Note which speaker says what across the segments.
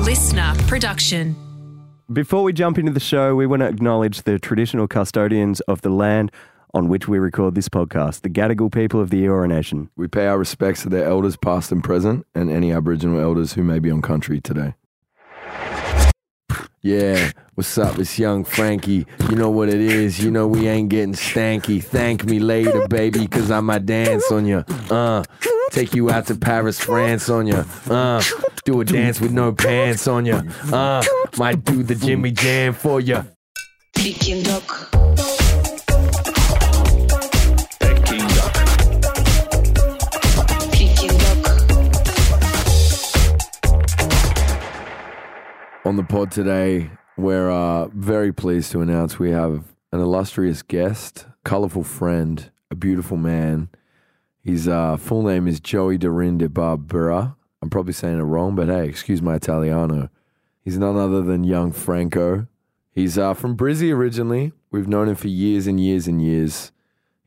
Speaker 1: listener production.
Speaker 2: Before we jump into the show, we want to acknowledge the traditional custodians of the land on which we record this podcast, the Gadigal people of the Eora Nation.
Speaker 3: We pay our respects to their elders, past and present, and any Aboriginal elders who may be on country today. Yeah, what's up? It's young Frankie. You know what it is. You know we ain't getting stanky. Thank me later, baby, cause I might dance on ya. Uh, take you out to Paris, France on ya. Uh, do a dance with no pants on ya. Uh, might do the Jimmy Jam for ya.
Speaker 4: Peking duck. Peking duck.
Speaker 3: On the pod today, we're uh, very pleased to announce we have an illustrious guest, colorful friend, a beautiful man. His uh, full name is Joey Dorin de Barbera. I'm probably saying it wrong, but hey, excuse my Italiano. He's none other than young Franco. He's uh, from Brizzy originally. We've known him for years and years and years.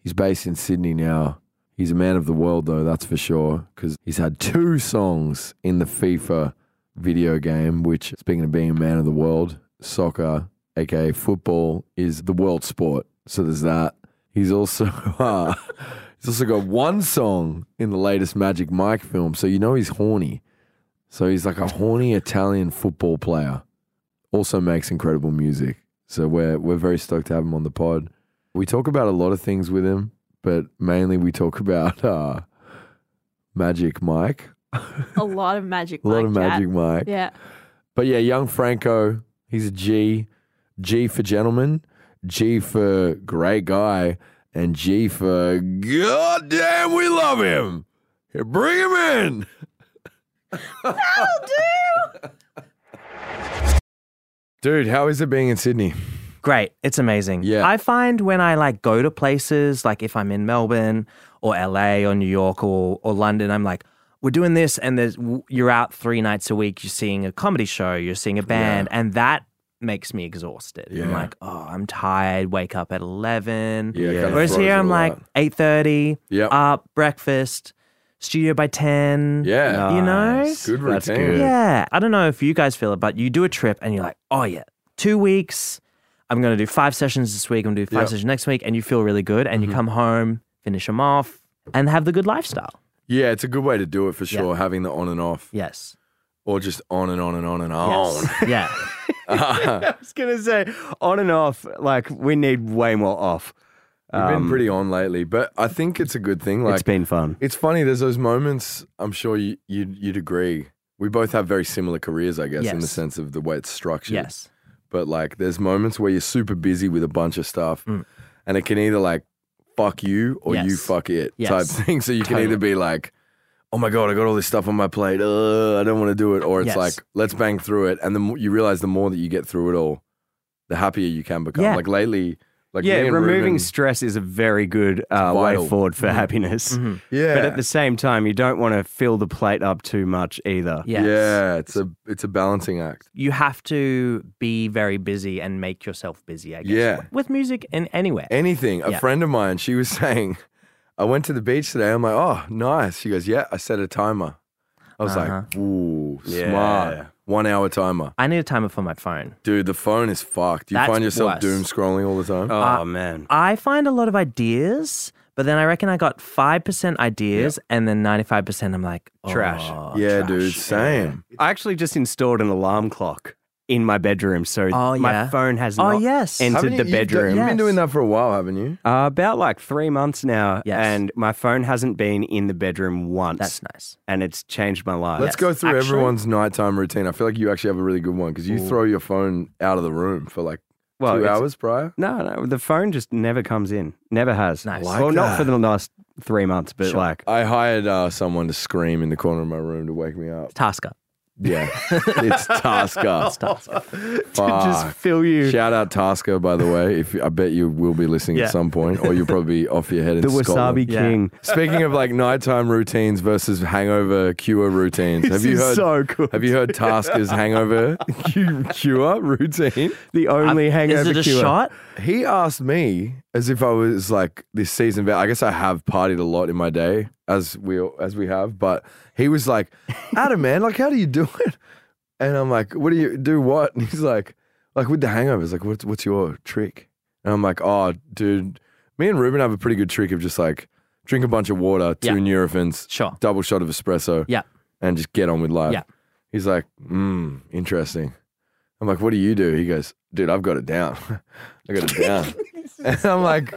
Speaker 3: He's based in Sydney now. He's a man of the world, though, that's for sure, because he's had two songs in the FIFA video game, which, speaking of being a man of the world, soccer, aka football, is the world sport. So there's that. He's also. Uh, He's also got one song in the latest Magic Mike film, so you know he's horny. So he's like a horny Italian football player. Also makes incredible music. So we're we're very stoked to have him on the pod. We talk about a lot of things with him, but mainly we talk about uh, Magic Mike,
Speaker 5: a lot of magic.
Speaker 3: a lot
Speaker 5: Mike
Speaker 3: of
Speaker 5: chat.
Speaker 3: Magic Mike.
Speaker 5: Yeah.
Speaker 3: But yeah, young Franco, he's a G. G for gentleman, G for great guy, and G for goddamn, we love him. Here, bring him in. Dude, how is it being in Sydney?
Speaker 6: Great. It's amazing.
Speaker 3: Yeah.
Speaker 6: I find when I like go to places, like if I'm in Melbourne or LA or New York or, or London, I'm like, we're doing this and there's w- you're out three nights a week, you're seeing a comedy show, you're seeing a band, and that makes me exhausted. I'm
Speaker 3: Yeah.
Speaker 6: like, oh, I'm tired, wake up at eleven.
Speaker 3: Yeah, it kinda
Speaker 6: Whereas
Speaker 3: throws
Speaker 6: here
Speaker 3: it
Speaker 6: I'm
Speaker 3: all
Speaker 6: like
Speaker 3: out.
Speaker 6: eight thirty,
Speaker 3: Yep.
Speaker 6: up, breakfast, studio by ten.
Speaker 3: Yeah.
Speaker 6: You know?
Speaker 3: Good
Speaker 2: That's
Speaker 3: routine.
Speaker 2: good.
Speaker 6: Yeah. I don't know if you guys feel it, but you do a trip and you're like, oh, yeah, two weeks. I'm going to do five sessions this week. I'm going to do five
Speaker 3: Yep. Mm-hmm.
Speaker 6: sessions next week. And you feel really good. And you come home, finish them off, and have the good lifestyle.
Speaker 3: Yeah, it's a good way to do it for sure, having the on and off,
Speaker 6: Yes.
Speaker 3: or just on and on and on and on.
Speaker 6: Yes. yeah.
Speaker 2: I was going to say, on and off, like, we need way more off.
Speaker 3: We've been
Speaker 2: Um,
Speaker 3: pretty on lately, but I think it's a good thing. Like,
Speaker 2: it's been fun.
Speaker 3: It's funny. There's those moments. I'm sure you, you'd you'd agree. We both have very similar careers, I guess, in the
Speaker 6: Yes.
Speaker 3: sense of the way it's structured.
Speaker 6: Yes.
Speaker 3: But like, there's moments where you're super busy with a bunch of stuff, and it can either like fuck you or you
Speaker 6: Yes.
Speaker 3: fuck it
Speaker 6: Yes.
Speaker 3: type thing. So you can either be like, oh my god, I got all this stuff on my plate. Uh, I don't want to do it, or it's
Speaker 6: Yes.
Speaker 3: like let's bang through it. And the more you realize, the more that you get through it all, the happier you can become.
Speaker 6: Yeah.
Speaker 3: Like lately, like
Speaker 2: yeah,
Speaker 3: me and
Speaker 2: removing
Speaker 3: Ruben-
Speaker 2: stress is a very good uh, way
Speaker 3: vital.
Speaker 2: forward for happiness.
Speaker 3: Mm-hmm.
Speaker 6: Mm-hmm.
Speaker 3: yeah,
Speaker 2: But at the same time, you don't want to fill the plate up too much either.
Speaker 6: Yes.
Speaker 3: yeah, it's a it's a balancing act.
Speaker 6: You have to be very busy and make yourself busy, I guess.
Speaker 3: Yeah.
Speaker 6: With music and anywhere.
Speaker 3: anything. A
Speaker 6: Yeah.
Speaker 3: friend of mine, she was saying, I went to the beach today. I'm like, oh, nice. She goes, yeah, I set a timer. I was
Speaker 6: Uh-huh.
Speaker 3: like, ooh, smart. One hour timer.
Speaker 6: I need a timer for my phone.
Speaker 3: Dude, the phone is fucked. Do you
Speaker 6: That's
Speaker 3: find yourself
Speaker 6: worse.
Speaker 3: doom scrolling all the time?
Speaker 2: Oh, man.
Speaker 6: I find a lot of ideas, but then I reckon I got 5% ideas and then 95% I'm like, oh,
Speaker 2: Trash.
Speaker 3: yeah,
Speaker 6: trash.
Speaker 3: dude, same.
Speaker 2: I actually just installed an alarm clock in my bedroom, so
Speaker 6: Oh,
Speaker 2: my
Speaker 6: yeah.
Speaker 2: phone has
Speaker 6: Oh,
Speaker 2: not
Speaker 6: yes.
Speaker 2: entered
Speaker 3: Haven't you-
Speaker 2: the
Speaker 3: you've done-
Speaker 2: bedroom.
Speaker 3: You've, been
Speaker 6: Yes.
Speaker 3: doing that for a while, haven't you?
Speaker 2: Uh, about like three months now,
Speaker 6: Yes.
Speaker 2: and my phone hasn't been in the bedroom once,
Speaker 6: That's nice.
Speaker 2: and it's changed my life.
Speaker 3: Let's go through
Speaker 6: Actually-
Speaker 3: everyone's nighttime routine. I feel like you actually have a really good one because you throw your phone out of the room for like
Speaker 2: Well,
Speaker 3: two
Speaker 2: it's-
Speaker 3: hours prior.
Speaker 2: No, no, the phone just never comes in, never has.
Speaker 6: Nice.
Speaker 3: Like
Speaker 2: well, not for
Speaker 3: that.
Speaker 2: the last three months, but like
Speaker 3: I hired uh, someone to scream in the corner of my room to wake me up.
Speaker 6: Tasker.
Speaker 3: Yeah, it's Tasker.
Speaker 2: to
Speaker 3: Fuck.
Speaker 2: just fill you.
Speaker 3: Shout out Tasker, by the way. If I bet you will be listening
Speaker 6: Yeah.
Speaker 3: at some point, or you'll probably be off your head in
Speaker 2: the wasabi
Speaker 3: Scotland.
Speaker 6: Yeah.
Speaker 2: king.
Speaker 3: Speaking of like nighttime routines versus hangover cure routines, have
Speaker 2: This
Speaker 3: you
Speaker 2: is
Speaker 3: heard?
Speaker 2: so good.
Speaker 3: Have you heard Tasker's hangover cu- cure routine?
Speaker 2: The only hangover
Speaker 6: Is it a
Speaker 2: cure.
Speaker 6: shot?
Speaker 3: He asked me as if I was like this season. I guess I have partied a lot in my day, as we as we have. But he was like, "Adam, man, like, how do you do it?" And I'm like, what do you do? What? And he's like, like with the hangovers, like, what's what's your trick? And I'm like, oh, dude, me and Ruben have a pretty good trick of just like drink a bunch of water, two
Speaker 6: Yeah.
Speaker 3: Nurophens,
Speaker 6: Sure.
Speaker 3: double shot of espresso,
Speaker 6: Yeah.
Speaker 3: and just get on with life.
Speaker 6: Yeah.
Speaker 3: He's like, mm, interesting. I'm like, what do you do? He goes, dude, I've got it down. I got it down. and I'm like,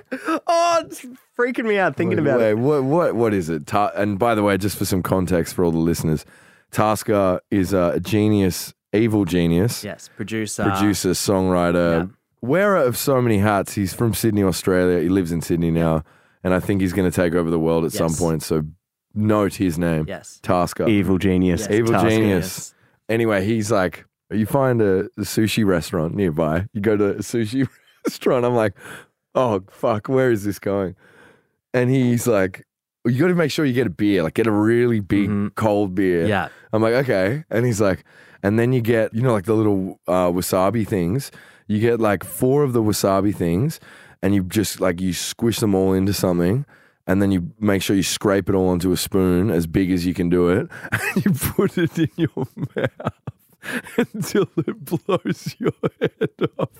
Speaker 2: Oh, it's freaking me out thinking about
Speaker 3: Wait,
Speaker 2: it.
Speaker 3: What what what is it? Ta- and by the way, just for some context for all the listeners, Tasker is a genius, evil genius,
Speaker 6: Yes, producer.
Speaker 3: producer, songwriter,
Speaker 6: Yeah.
Speaker 3: wearer of so many hats. He's from Sydney, Australia. He lives in Sydney now, and I think he's going to take over the world at some
Speaker 6: Yes.
Speaker 3: point. So note his name,
Speaker 6: Yes.
Speaker 3: Tasker.
Speaker 2: Evil genius.
Speaker 6: Yes.
Speaker 3: Evil
Speaker 2: Tasker.
Speaker 3: genius. Anyway, he's like, you find a a sushi restaurant nearby. You go to a sushi restaurant. I'm like, oh fuck, where is this going? And he's like, "Well, you got to make sure you get a beer, like get a really big
Speaker 6: Mhm.
Speaker 3: cold beer.
Speaker 6: Yeah.
Speaker 3: I'm like, okay. And he's like, and then you get, you know, like the little uh, wasabi things. You get like four of the wasabi things, and you just like you squish them all into something, and then you make sure you scrape it all onto a spoon as big as you can do it, and you put it in your mouth until it blows your head off.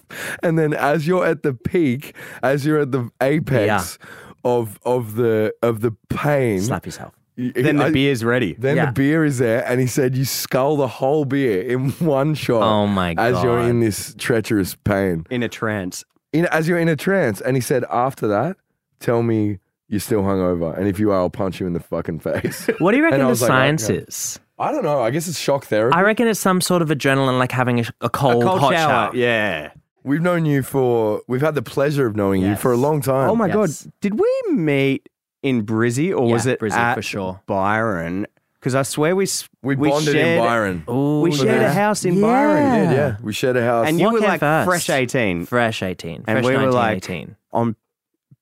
Speaker 3: And then as you're at the peak, as you're at the apex of of the of the pain,
Speaker 6: Slap yourself.
Speaker 2: Then the
Speaker 3: I-
Speaker 2: beer's ready.
Speaker 3: then
Speaker 6: Yeah.
Speaker 3: the beer is there, and he said, "You scull the whole beer in one shot."
Speaker 6: Oh my
Speaker 3: As you're
Speaker 6: God.
Speaker 3: in this treacherous pain,
Speaker 2: in a trance.
Speaker 3: in, as you're in a trance, and he said, "After that, tell me you're still hungover, and if you are, I'll punch you in the fucking face."
Speaker 6: What do you reckon
Speaker 3: I
Speaker 6: the
Speaker 3: was like,
Speaker 6: science
Speaker 3: okay.
Speaker 6: is?
Speaker 3: I don't know. I guess it's shock therapy.
Speaker 6: I reckon it's some sort of adrenaline, like having a, sh- a cold, hot shower.
Speaker 2: Yeah.
Speaker 3: we've known you for we've had the pleasure of knowing you for a
Speaker 6: Yes.
Speaker 3: long time.
Speaker 2: Oh my
Speaker 6: Yes.
Speaker 2: god, did we meet in Brizzy or
Speaker 6: Yeah,
Speaker 2: was it
Speaker 6: Brizzy
Speaker 2: at
Speaker 6: for sure.
Speaker 2: Byron? Because I swear we s-
Speaker 3: We bonded
Speaker 2: shared,
Speaker 3: in Byron.
Speaker 6: Ooh,
Speaker 2: We shared
Speaker 6: yeah.
Speaker 2: a house in
Speaker 6: Yeah.
Speaker 2: Byron,
Speaker 3: Yeah, yeah. We shared a house.
Speaker 2: and you
Speaker 6: What
Speaker 2: were
Speaker 6: came
Speaker 2: like
Speaker 6: first?
Speaker 2: fresh eighteen
Speaker 6: Fresh 18. Fresh
Speaker 2: And we were
Speaker 6: 19,
Speaker 2: like-
Speaker 6: 18.
Speaker 2: on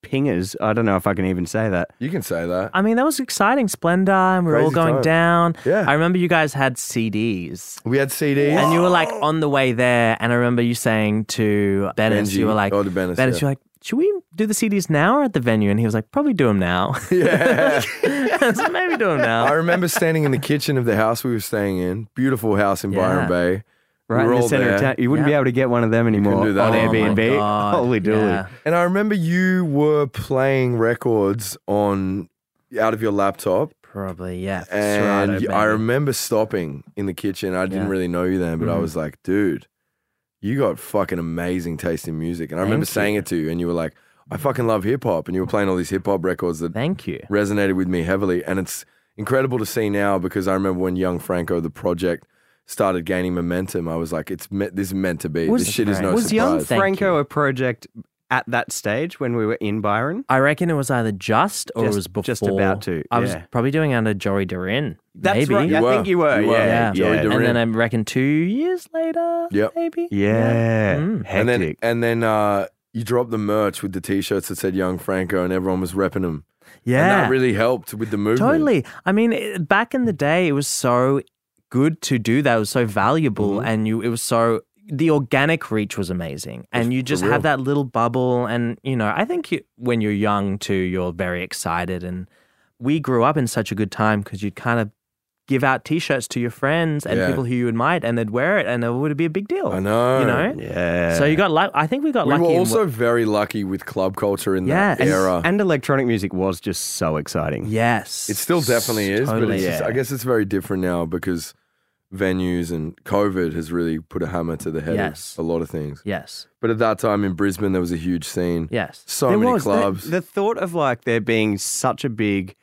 Speaker 2: pingers. I don't know if I can even say that.
Speaker 3: you can say that.
Speaker 6: I mean, that was exciting. Splendor, and we were all
Speaker 3: Crazy
Speaker 6: going
Speaker 3: time.
Speaker 6: down.
Speaker 3: Yeah.
Speaker 6: I remember you guys had CDs.
Speaker 3: We had CDs.
Speaker 6: And you were like on the way there, and I remember you saying to Bennis,
Speaker 3: Benji.
Speaker 6: you were like,
Speaker 3: Oh, to Bennis, yeah.
Speaker 6: you're like, should we do the CDs now or at the venue? And he was like, probably do them now.
Speaker 3: yeah.
Speaker 6: so maybe do them
Speaker 3: I
Speaker 6: now.
Speaker 3: remember standing in the kitchen of the house we were staying in, beautiful house in
Speaker 6: Yeah.
Speaker 3: Byron Bay.
Speaker 2: Right
Speaker 3: we were
Speaker 2: in the
Speaker 3: all
Speaker 2: center
Speaker 3: there.
Speaker 2: of town, you wouldn't be
Speaker 6: Yeah.
Speaker 2: able to get one of them anymore
Speaker 3: do that.
Speaker 2: on
Speaker 3: Oh my
Speaker 2: Airbnb.
Speaker 6: God.
Speaker 2: Holy dooly!
Speaker 6: Yeah.
Speaker 3: And I remember you were playing records on out of your laptop.
Speaker 6: Probably, yeah.
Speaker 3: And
Speaker 6: Serato,
Speaker 3: I
Speaker 6: baby.
Speaker 3: remember stopping in the kitchen. I didn't
Speaker 6: Yeah.
Speaker 3: really know you then, but I
Speaker 6: Mhm.
Speaker 3: was like, dude, you got fucking amazing taste in music. And I remember
Speaker 6: Thank
Speaker 3: saying
Speaker 6: you.
Speaker 3: it to you, and you were like, I fucking love hip hop. And you were playing all these hip hop records that
Speaker 6: Thank you.
Speaker 3: resonated with me heavily. And it's incredible to see now because I remember when Young Franco, the project, started gaining momentum. I was like, it's me- this is meant to be.
Speaker 6: Was-
Speaker 3: this shit is no
Speaker 2: was Young
Speaker 3: surprise.
Speaker 6: Thank
Speaker 2: Franco
Speaker 6: you.
Speaker 2: a project at that stage when we were in Byron?
Speaker 6: I reckon it was either just or
Speaker 2: Just-
Speaker 6: it was before.
Speaker 2: just about to,
Speaker 6: I was
Speaker 2: yeah.
Speaker 6: probably doing it under Joey Durin.
Speaker 2: That's
Speaker 6: maybe.
Speaker 2: right.
Speaker 3: You
Speaker 2: I
Speaker 3: were.
Speaker 2: think you were.
Speaker 3: You were.
Speaker 2: Yeah,
Speaker 6: Yeah.
Speaker 3: Joey
Speaker 2: yeah.
Speaker 3: Durin.
Speaker 6: And then I reckon two years later,
Speaker 3: Yep.
Speaker 6: maybe.
Speaker 2: Yeah.
Speaker 6: Mm.
Speaker 3: and
Speaker 2: Hectic.
Speaker 3: then and then uh, you dropped the merch with the t-shirts that said Young Franco, and everyone was repping them. and
Speaker 6: Yeah.
Speaker 3: that really Mm. helped with the movement.
Speaker 6: Totally. I mean, it, back in the day, it was so good to do that. It was so valuable,
Speaker 3: Mm-hmm.
Speaker 6: and you, it was so the organic reach was amazing, and you just
Speaker 3: real.
Speaker 6: have that little bubble. And you know, I think you, when you're young too, you're very excited, and we grew up in such a good time because you'd kind of give out T-shirts to your friends and
Speaker 3: Yeah.
Speaker 6: people who you admired, and they'd wear it, and it would be a big deal.
Speaker 3: I know.
Speaker 6: You know.
Speaker 2: yeah.
Speaker 6: So you got luck. I think we got
Speaker 3: We
Speaker 6: lucky.
Speaker 3: were
Speaker 6: in
Speaker 3: also
Speaker 6: what-
Speaker 3: very lucky with club culture in that
Speaker 6: Yeah, and-
Speaker 3: era.
Speaker 2: and electronic music was just so exciting.
Speaker 6: yes.
Speaker 3: It still definitely is, but
Speaker 6: Totally.
Speaker 3: it's just,
Speaker 2: Yeah.
Speaker 3: I guess it's very different now because venues and COVID has really put a hammer to the head
Speaker 6: Yes.
Speaker 3: of a lot of things.
Speaker 6: yes.
Speaker 3: But at that time in Brisbane, there was a huge scene.
Speaker 6: Yes.
Speaker 3: So
Speaker 2: There
Speaker 3: many
Speaker 2: was. The-
Speaker 3: clubs.
Speaker 2: The, thought of like there being such a big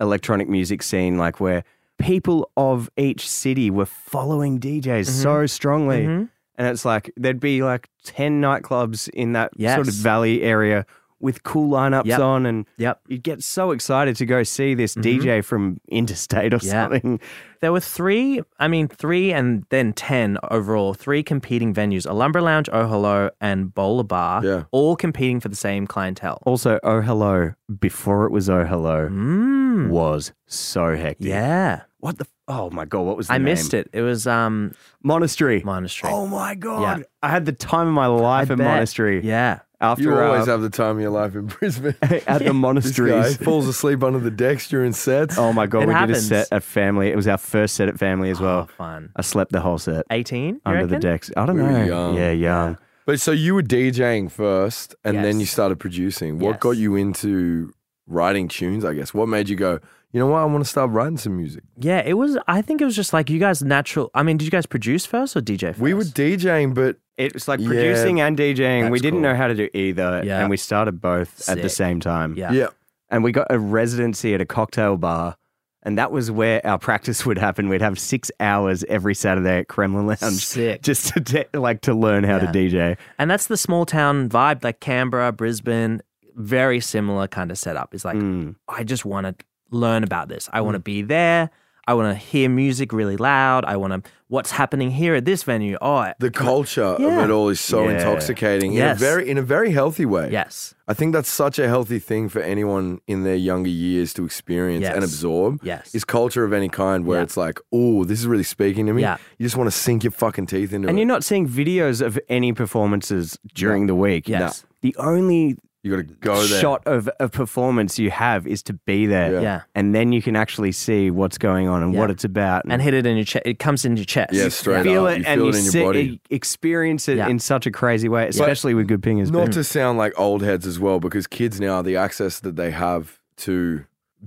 Speaker 2: electronic music scene, like where people of each city were following DJs
Speaker 6: Mm-hmm.
Speaker 2: so strongly.
Speaker 6: Mhm.
Speaker 2: And it's like there'd be like 10 nightclubs in that sort of
Speaker 6: Yes.
Speaker 2: valley area with cool lineups
Speaker 6: Yep.
Speaker 2: on. And
Speaker 6: Yep. Mm-hmm.
Speaker 2: you'd get so excited to go see this DJ from interstate or
Speaker 6: Yeah.
Speaker 2: something.
Speaker 6: There were three, I mean, three and then 10 overall, three competing venues Alumbra Lounge, Oh Hello, and Bowler Bar,
Speaker 3: Yeah.
Speaker 6: all competing for the same clientele.
Speaker 2: Also, Oh Hello, before it was Oh Hello,
Speaker 6: Mm.
Speaker 2: was so hectic.
Speaker 6: Yeah.
Speaker 2: What the? Oh my God, what was the
Speaker 6: I missed it. It was um
Speaker 2: Monastery.
Speaker 6: Monastery.
Speaker 2: Oh my god! I had the time of my life
Speaker 6: I
Speaker 2: at
Speaker 6: bet.
Speaker 2: Monastery.
Speaker 6: Yeah.
Speaker 2: after
Speaker 3: You always
Speaker 2: uh,
Speaker 3: have the time of your life in Brisbane.
Speaker 2: at the
Speaker 3: This guy
Speaker 2: monasteries.
Speaker 3: falls asleep under the decks during sets.
Speaker 2: Oh my god,
Speaker 6: It
Speaker 2: we did a
Speaker 6: happens.
Speaker 2: set at family. It was our first set at family as
Speaker 6: Oh,
Speaker 2: well.
Speaker 6: fun.
Speaker 2: I slept the whole set
Speaker 6: 18?
Speaker 2: under the
Speaker 6: deck.
Speaker 2: decks. I don't
Speaker 3: We were
Speaker 2: know.
Speaker 3: young.
Speaker 2: Yeah, young.
Speaker 3: But so you were DJing first and then you
Speaker 6: Yes.
Speaker 3: started producing. What
Speaker 6: Yes.
Speaker 3: got you into writing tunes, I guess? What made you go, you know what, I want to start writing some music?
Speaker 6: Yeah, it was. I think it was just like you guys natural. I mean, did you guys produce first or DJ first?
Speaker 3: We were DJing, but
Speaker 2: It was like
Speaker 3: Yeah,
Speaker 2: producing and DJing. We
Speaker 3: that's
Speaker 2: didn't
Speaker 3: cool.
Speaker 2: know how to do either,
Speaker 6: Yeah.
Speaker 2: and we started both at the
Speaker 6: Sick.
Speaker 2: same time.
Speaker 6: Yeah.
Speaker 3: yeah.
Speaker 2: and we got a residency at a cocktail bar, and that was where our practice would happen. We'd have six hours every Saturday at Kremlin Lounge
Speaker 6: Sick.
Speaker 2: just to de- like to learn how
Speaker 6: Yeah.
Speaker 2: to DJ.
Speaker 6: And that's the small town vibe, like Canberra, Brisbane, very similar kind of setup. It's like,
Speaker 2: Mm.
Speaker 6: I just want to learn about this. I want
Speaker 3: Mm.
Speaker 6: to be there. I want to hear music really loud. I want to, what's happening here at this venue? Oh,
Speaker 3: The culture
Speaker 6: Yeah.
Speaker 3: of it all is so
Speaker 2: Yeah.
Speaker 3: intoxicating
Speaker 6: Yes.
Speaker 3: in a very in a very healthy way.
Speaker 6: yes.
Speaker 3: I think that's such a healthy thing for anyone in their younger years to experience
Speaker 6: Yes.
Speaker 3: and absorb.
Speaker 6: Yes.
Speaker 3: Is culture of any kind where
Speaker 6: Yeah.
Speaker 3: it's like, oh, this is really speaking to me.
Speaker 6: Yeah.
Speaker 3: You just want to sink your fucking teeth into
Speaker 2: And
Speaker 3: it.
Speaker 2: you're not seeing videos of any performances during the week.
Speaker 6: Yes.
Speaker 2: The only
Speaker 3: you got to go there.
Speaker 2: shot of a performance you have is to be there.
Speaker 3: Yeah.
Speaker 6: Yeah.
Speaker 2: And then you can actually see what's going on and
Speaker 6: Yeah.
Speaker 2: what it's about.
Speaker 3: Mm.
Speaker 6: And hit it in your chest. It comes in your chest.
Speaker 3: Yeah, straight
Speaker 2: feel
Speaker 3: up.
Speaker 2: it
Speaker 3: you
Speaker 2: and
Speaker 3: feel
Speaker 2: you
Speaker 3: it in your
Speaker 2: see-
Speaker 3: body.
Speaker 2: e- experience it
Speaker 6: Yeah.
Speaker 2: in such a crazy way, especially with good Mm. pingers.
Speaker 3: Not to sound like old heads as well, because kids now, the access that they have to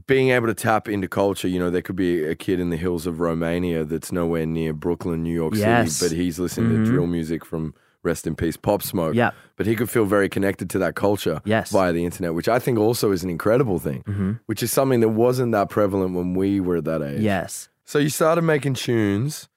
Speaker 3: being able to tap into culture, you know, there could be a kid in the hills of Romania that's nowhere near Brooklyn, New York
Speaker 6: Yes.
Speaker 3: City, but he's listening
Speaker 6: Mhm.
Speaker 3: to drill music from Rest in Peace Pop Smoke.
Speaker 6: Yeah.
Speaker 3: But he could feel very connected to that culture
Speaker 6: Yes.
Speaker 3: via the internet, which I think also is an incredible thing,
Speaker 6: Mhm.
Speaker 3: which is something that wasn't that prevalent when we were at that age.
Speaker 6: Yes.
Speaker 3: So you started making tunes,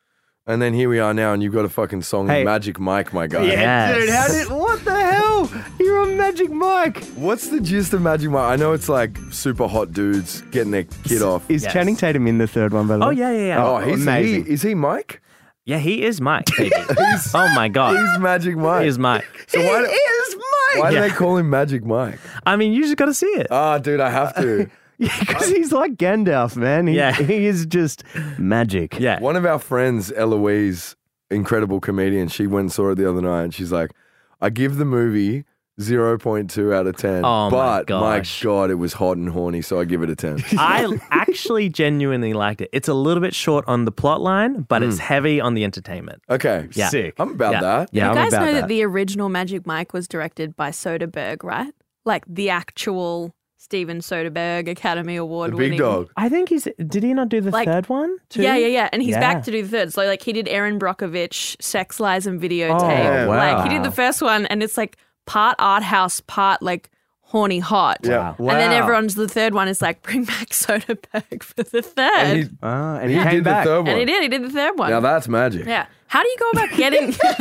Speaker 3: and then here we are now, and you've got a fucking song,
Speaker 2: Hey.
Speaker 3: Magic Mike, my guy.
Speaker 2: Yeah, dude, how
Speaker 6: Yes.
Speaker 2: did what the hell? You're on Magic Mike.
Speaker 3: What's the gist of Magic Mike? I know it's like super hot dudes getting their kid off.
Speaker 2: Is
Speaker 6: Yes.
Speaker 2: Channing Tatum in the third one? By the
Speaker 6: Oh,
Speaker 2: way?
Speaker 6: yeah, yeah, yeah.
Speaker 3: oh, he's he,
Speaker 2: amazing.
Speaker 3: is he Mike?
Speaker 6: Yeah, he is Mike. baby. oh, my God.
Speaker 3: He's Magic Mike.
Speaker 6: He is Mike.
Speaker 3: so why, do-
Speaker 2: is
Speaker 3: why
Speaker 6: Yeah.
Speaker 3: do they call him Magic Mike?
Speaker 6: I mean, you just got to see it.
Speaker 3: Ah, dude, I have to.
Speaker 2: Because he's like Gandalf, man. He,
Speaker 6: Yeah.
Speaker 2: he is just magic.
Speaker 6: Yeah.
Speaker 3: One of our friends, Eloise, incredible comedian, she went and saw it the other night, and she's like, "I give the movie." 0.2 out of 10.
Speaker 6: Oh my
Speaker 3: but
Speaker 6: gosh.
Speaker 3: god, it was hot and horny, so I give it a 10.
Speaker 6: I actually genuinely liked it. It's a little bit short on the plot line, but it's heavy on the entertainment.
Speaker 3: Okay.
Speaker 6: Yeah.
Speaker 2: Sick.
Speaker 3: I'm Mm. about
Speaker 6: Yeah.
Speaker 3: that.
Speaker 2: Yeah,
Speaker 5: You
Speaker 2: I'm
Speaker 5: guys
Speaker 2: about
Speaker 5: know that.
Speaker 2: that.
Speaker 5: the original Magic Mike was directed by Soderbergh, right? Like the actual Steven Soderbergh Academy Award
Speaker 3: The
Speaker 5: winning.
Speaker 3: big dog.
Speaker 6: I think he's. Did he not do the
Speaker 5: Like-
Speaker 6: third one? Too?
Speaker 5: Yeah, yeah, yeah. And he's
Speaker 6: Yeah.
Speaker 5: back to do the third. So like he did Aaron Brockovich, Sex Lies and Videotape.
Speaker 6: Oh,
Speaker 2: wow.
Speaker 5: Like he did the first one and it's like part art house, part like horny hot.
Speaker 3: Yeah.
Speaker 5: And then
Speaker 2: Wow.
Speaker 5: everyone's the third one is like bring back Soderbergh for the third.
Speaker 3: And
Speaker 5: And,
Speaker 3: he,
Speaker 2: Ah, and
Speaker 3: he
Speaker 2: he, came
Speaker 3: did
Speaker 2: back.
Speaker 3: the third one.
Speaker 5: he did, he did the third one.
Speaker 3: Now that's magic.
Speaker 5: Yeah. How do you go about getting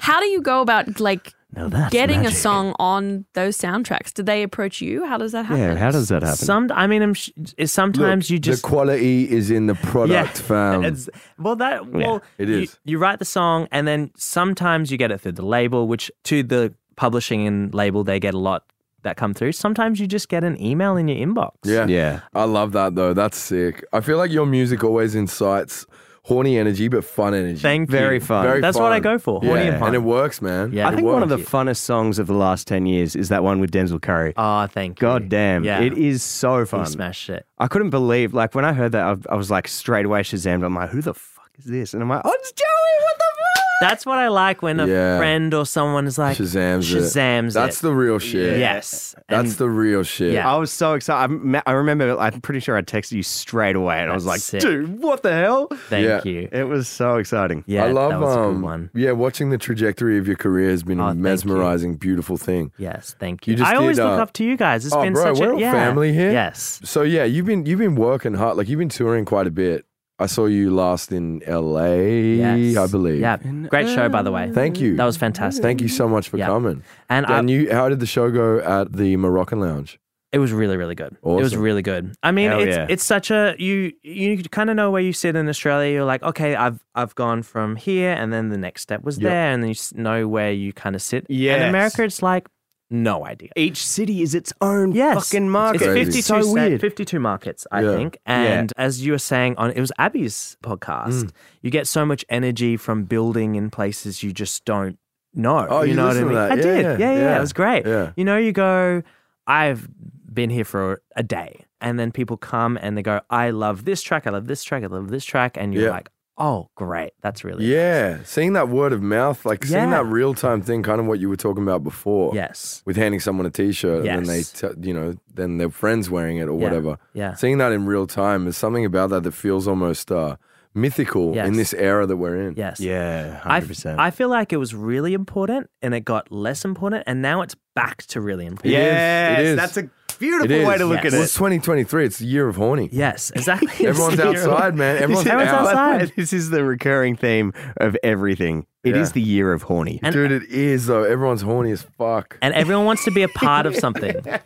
Speaker 5: How do you go about like
Speaker 2: No, that's
Speaker 5: getting
Speaker 2: magic.
Speaker 5: a song on those soundtracks? Do they approach you? How does that happen?
Speaker 2: Yeah, how does that happen?
Speaker 6: Some. I mean, I'm, sh- sometimes you just.
Speaker 3: the quality is in the product, fam.
Speaker 6: It's- well, that well,
Speaker 3: It
Speaker 6: you-
Speaker 3: is.
Speaker 6: You, write the song, and then sometimes you get it through the label, which to the publishing and label they get a lot that come through. Sometimes you just get an email in your inbox.
Speaker 3: yeah.
Speaker 2: yeah.
Speaker 3: I love that though. That's sick. I feel like your music always incites horny energy, but fun energy.
Speaker 6: Thank you.
Speaker 2: Very fun.
Speaker 3: Very
Speaker 6: That's what
Speaker 3: fun.
Speaker 6: I go for. Horny
Speaker 3: Yeah.
Speaker 6: and fun.
Speaker 3: it works, man.
Speaker 6: Yeah.
Speaker 2: I
Speaker 6: It
Speaker 2: think one of the
Speaker 6: worked.
Speaker 2: funnest songs of the last 10 years is that one with Denzel Curry.
Speaker 6: Oh, thank you.
Speaker 2: God damn.
Speaker 6: Yeah.
Speaker 2: It is so
Speaker 6: You
Speaker 2: fun.
Speaker 6: smashed it.
Speaker 2: I couldn't believe, like, when I heard that, I, I was like straight away Shazam. I'm like, who the fuck is this? And I'm like, oh, it's Joey. What the fuck?
Speaker 6: That's what I like when a
Speaker 3: Yeah.
Speaker 6: friend or someone is like
Speaker 3: Shazam's it.
Speaker 6: Shazam's
Speaker 3: That's
Speaker 6: it.
Speaker 3: the real shit.
Speaker 6: yes. And
Speaker 3: That's the real shit.
Speaker 6: Yeah.
Speaker 2: I was so excited. I, me- I remember, I'm pretty sure I texted you straight away, and I was
Speaker 6: That's
Speaker 2: like,
Speaker 6: sick.
Speaker 2: dude, what the hell?
Speaker 6: thank
Speaker 3: Yeah.
Speaker 6: you.
Speaker 2: It was so exciting.
Speaker 6: Yeah,
Speaker 3: I love
Speaker 6: that was
Speaker 3: um,
Speaker 6: a good one.
Speaker 3: Yeah, watching the trajectory of your career has been
Speaker 6: Oh,
Speaker 3: a
Speaker 6: thank you.
Speaker 3: mesmerizing, beautiful thing.
Speaker 6: Yes, thank
Speaker 3: You
Speaker 6: you.
Speaker 3: just
Speaker 6: I always
Speaker 3: did,
Speaker 6: look
Speaker 3: uh,
Speaker 6: up to you guys. It's
Speaker 3: oh,
Speaker 6: been
Speaker 3: bro,
Speaker 6: such
Speaker 3: we're
Speaker 6: a
Speaker 3: all
Speaker 6: yeah.
Speaker 3: family here.
Speaker 6: Yes.
Speaker 3: So yeah, you've been you've been working hard. Like you've been touring quite a bit. I saw you last in LA,
Speaker 6: Yes.
Speaker 3: I believe.
Speaker 6: Yeah. Great show by the way.
Speaker 3: Thank you.
Speaker 6: That was fantastic.
Speaker 3: Thank you so much for
Speaker 6: Yeah.
Speaker 3: coming.
Speaker 6: And I,
Speaker 3: And you, how did the show go at the Moroccan Lounge?
Speaker 6: it was really really good. It was
Speaker 3: Awesome.
Speaker 6: really good. I mean,
Speaker 2: Hell
Speaker 6: it's
Speaker 2: yeah.
Speaker 6: it's such a you you kind of know where you sit in Australia. You're like, okay, I've I've gone from here, and then the next step was
Speaker 3: Yep.
Speaker 6: there, and then you s- know where you kind of sit. In
Speaker 2: Yes.
Speaker 6: America, it's like no idea.
Speaker 2: Each city is its own
Speaker 6: Yes.
Speaker 2: fucking market.
Speaker 3: It's
Speaker 6: It's
Speaker 3: crazy.
Speaker 2: so
Speaker 6: 52, sa-
Speaker 2: weird.
Speaker 6: 52 markets, I
Speaker 3: Yeah. Mm.
Speaker 6: think. And as you were saying on, it was Abby's podcast, you get so much energy from building in places you just don't no.
Speaker 3: Oh, you
Speaker 6: know what I
Speaker 3: listened
Speaker 6: mean?
Speaker 3: to that.
Speaker 6: I
Speaker 3: Yeah, yeah,
Speaker 6: did. Yeah yeah,
Speaker 3: yeah.
Speaker 6: It was great.
Speaker 3: Yeah.
Speaker 6: You know, you go, I've been here for a day. And then people come and they go, I love this track. I love this track. I love this track. And you're
Speaker 3: Yeah.
Speaker 6: like, oh, great. That's really
Speaker 3: Yeah, seeing that word of mouth, like seeing
Speaker 6: Yeah.
Speaker 3: that real time thing, kind of what you were talking about before.
Speaker 6: Yes.
Speaker 3: With handing someone a T-shirt and then
Speaker 6: Yes.
Speaker 3: they, t- you know, then their friends wearing it or
Speaker 6: Yeah.
Speaker 3: whatever.
Speaker 6: Yeah.
Speaker 3: Seeing that in real time is something about that that feels almost uh, mythical in
Speaker 6: Yes.
Speaker 3: this era that we're in.
Speaker 6: Yes.
Speaker 2: Yeah,
Speaker 6: I,
Speaker 2: hundred
Speaker 6: f-
Speaker 2: percent.
Speaker 6: I feel like it was really important and it got less important and now it's back to really important.
Speaker 2: Yes,
Speaker 3: It is.
Speaker 2: that's a
Speaker 3: It
Speaker 2: beautiful
Speaker 3: is.
Speaker 2: way to look
Speaker 6: Yes.
Speaker 2: at
Speaker 3: Well,
Speaker 2: it.
Speaker 3: it's 2023. It's the year of horny.
Speaker 6: Yes, exactly.
Speaker 3: Everyone's outside, man. Everyone's,
Speaker 6: Everyone's
Speaker 3: out.
Speaker 6: outside.
Speaker 2: This is the recurring theme of everything. It is
Speaker 3: Yeah.
Speaker 2: the year of horny.
Speaker 6: And-
Speaker 3: Dude, it is though. Everyone's horny as fuck.
Speaker 6: And everyone wants to be a part of something. Everyone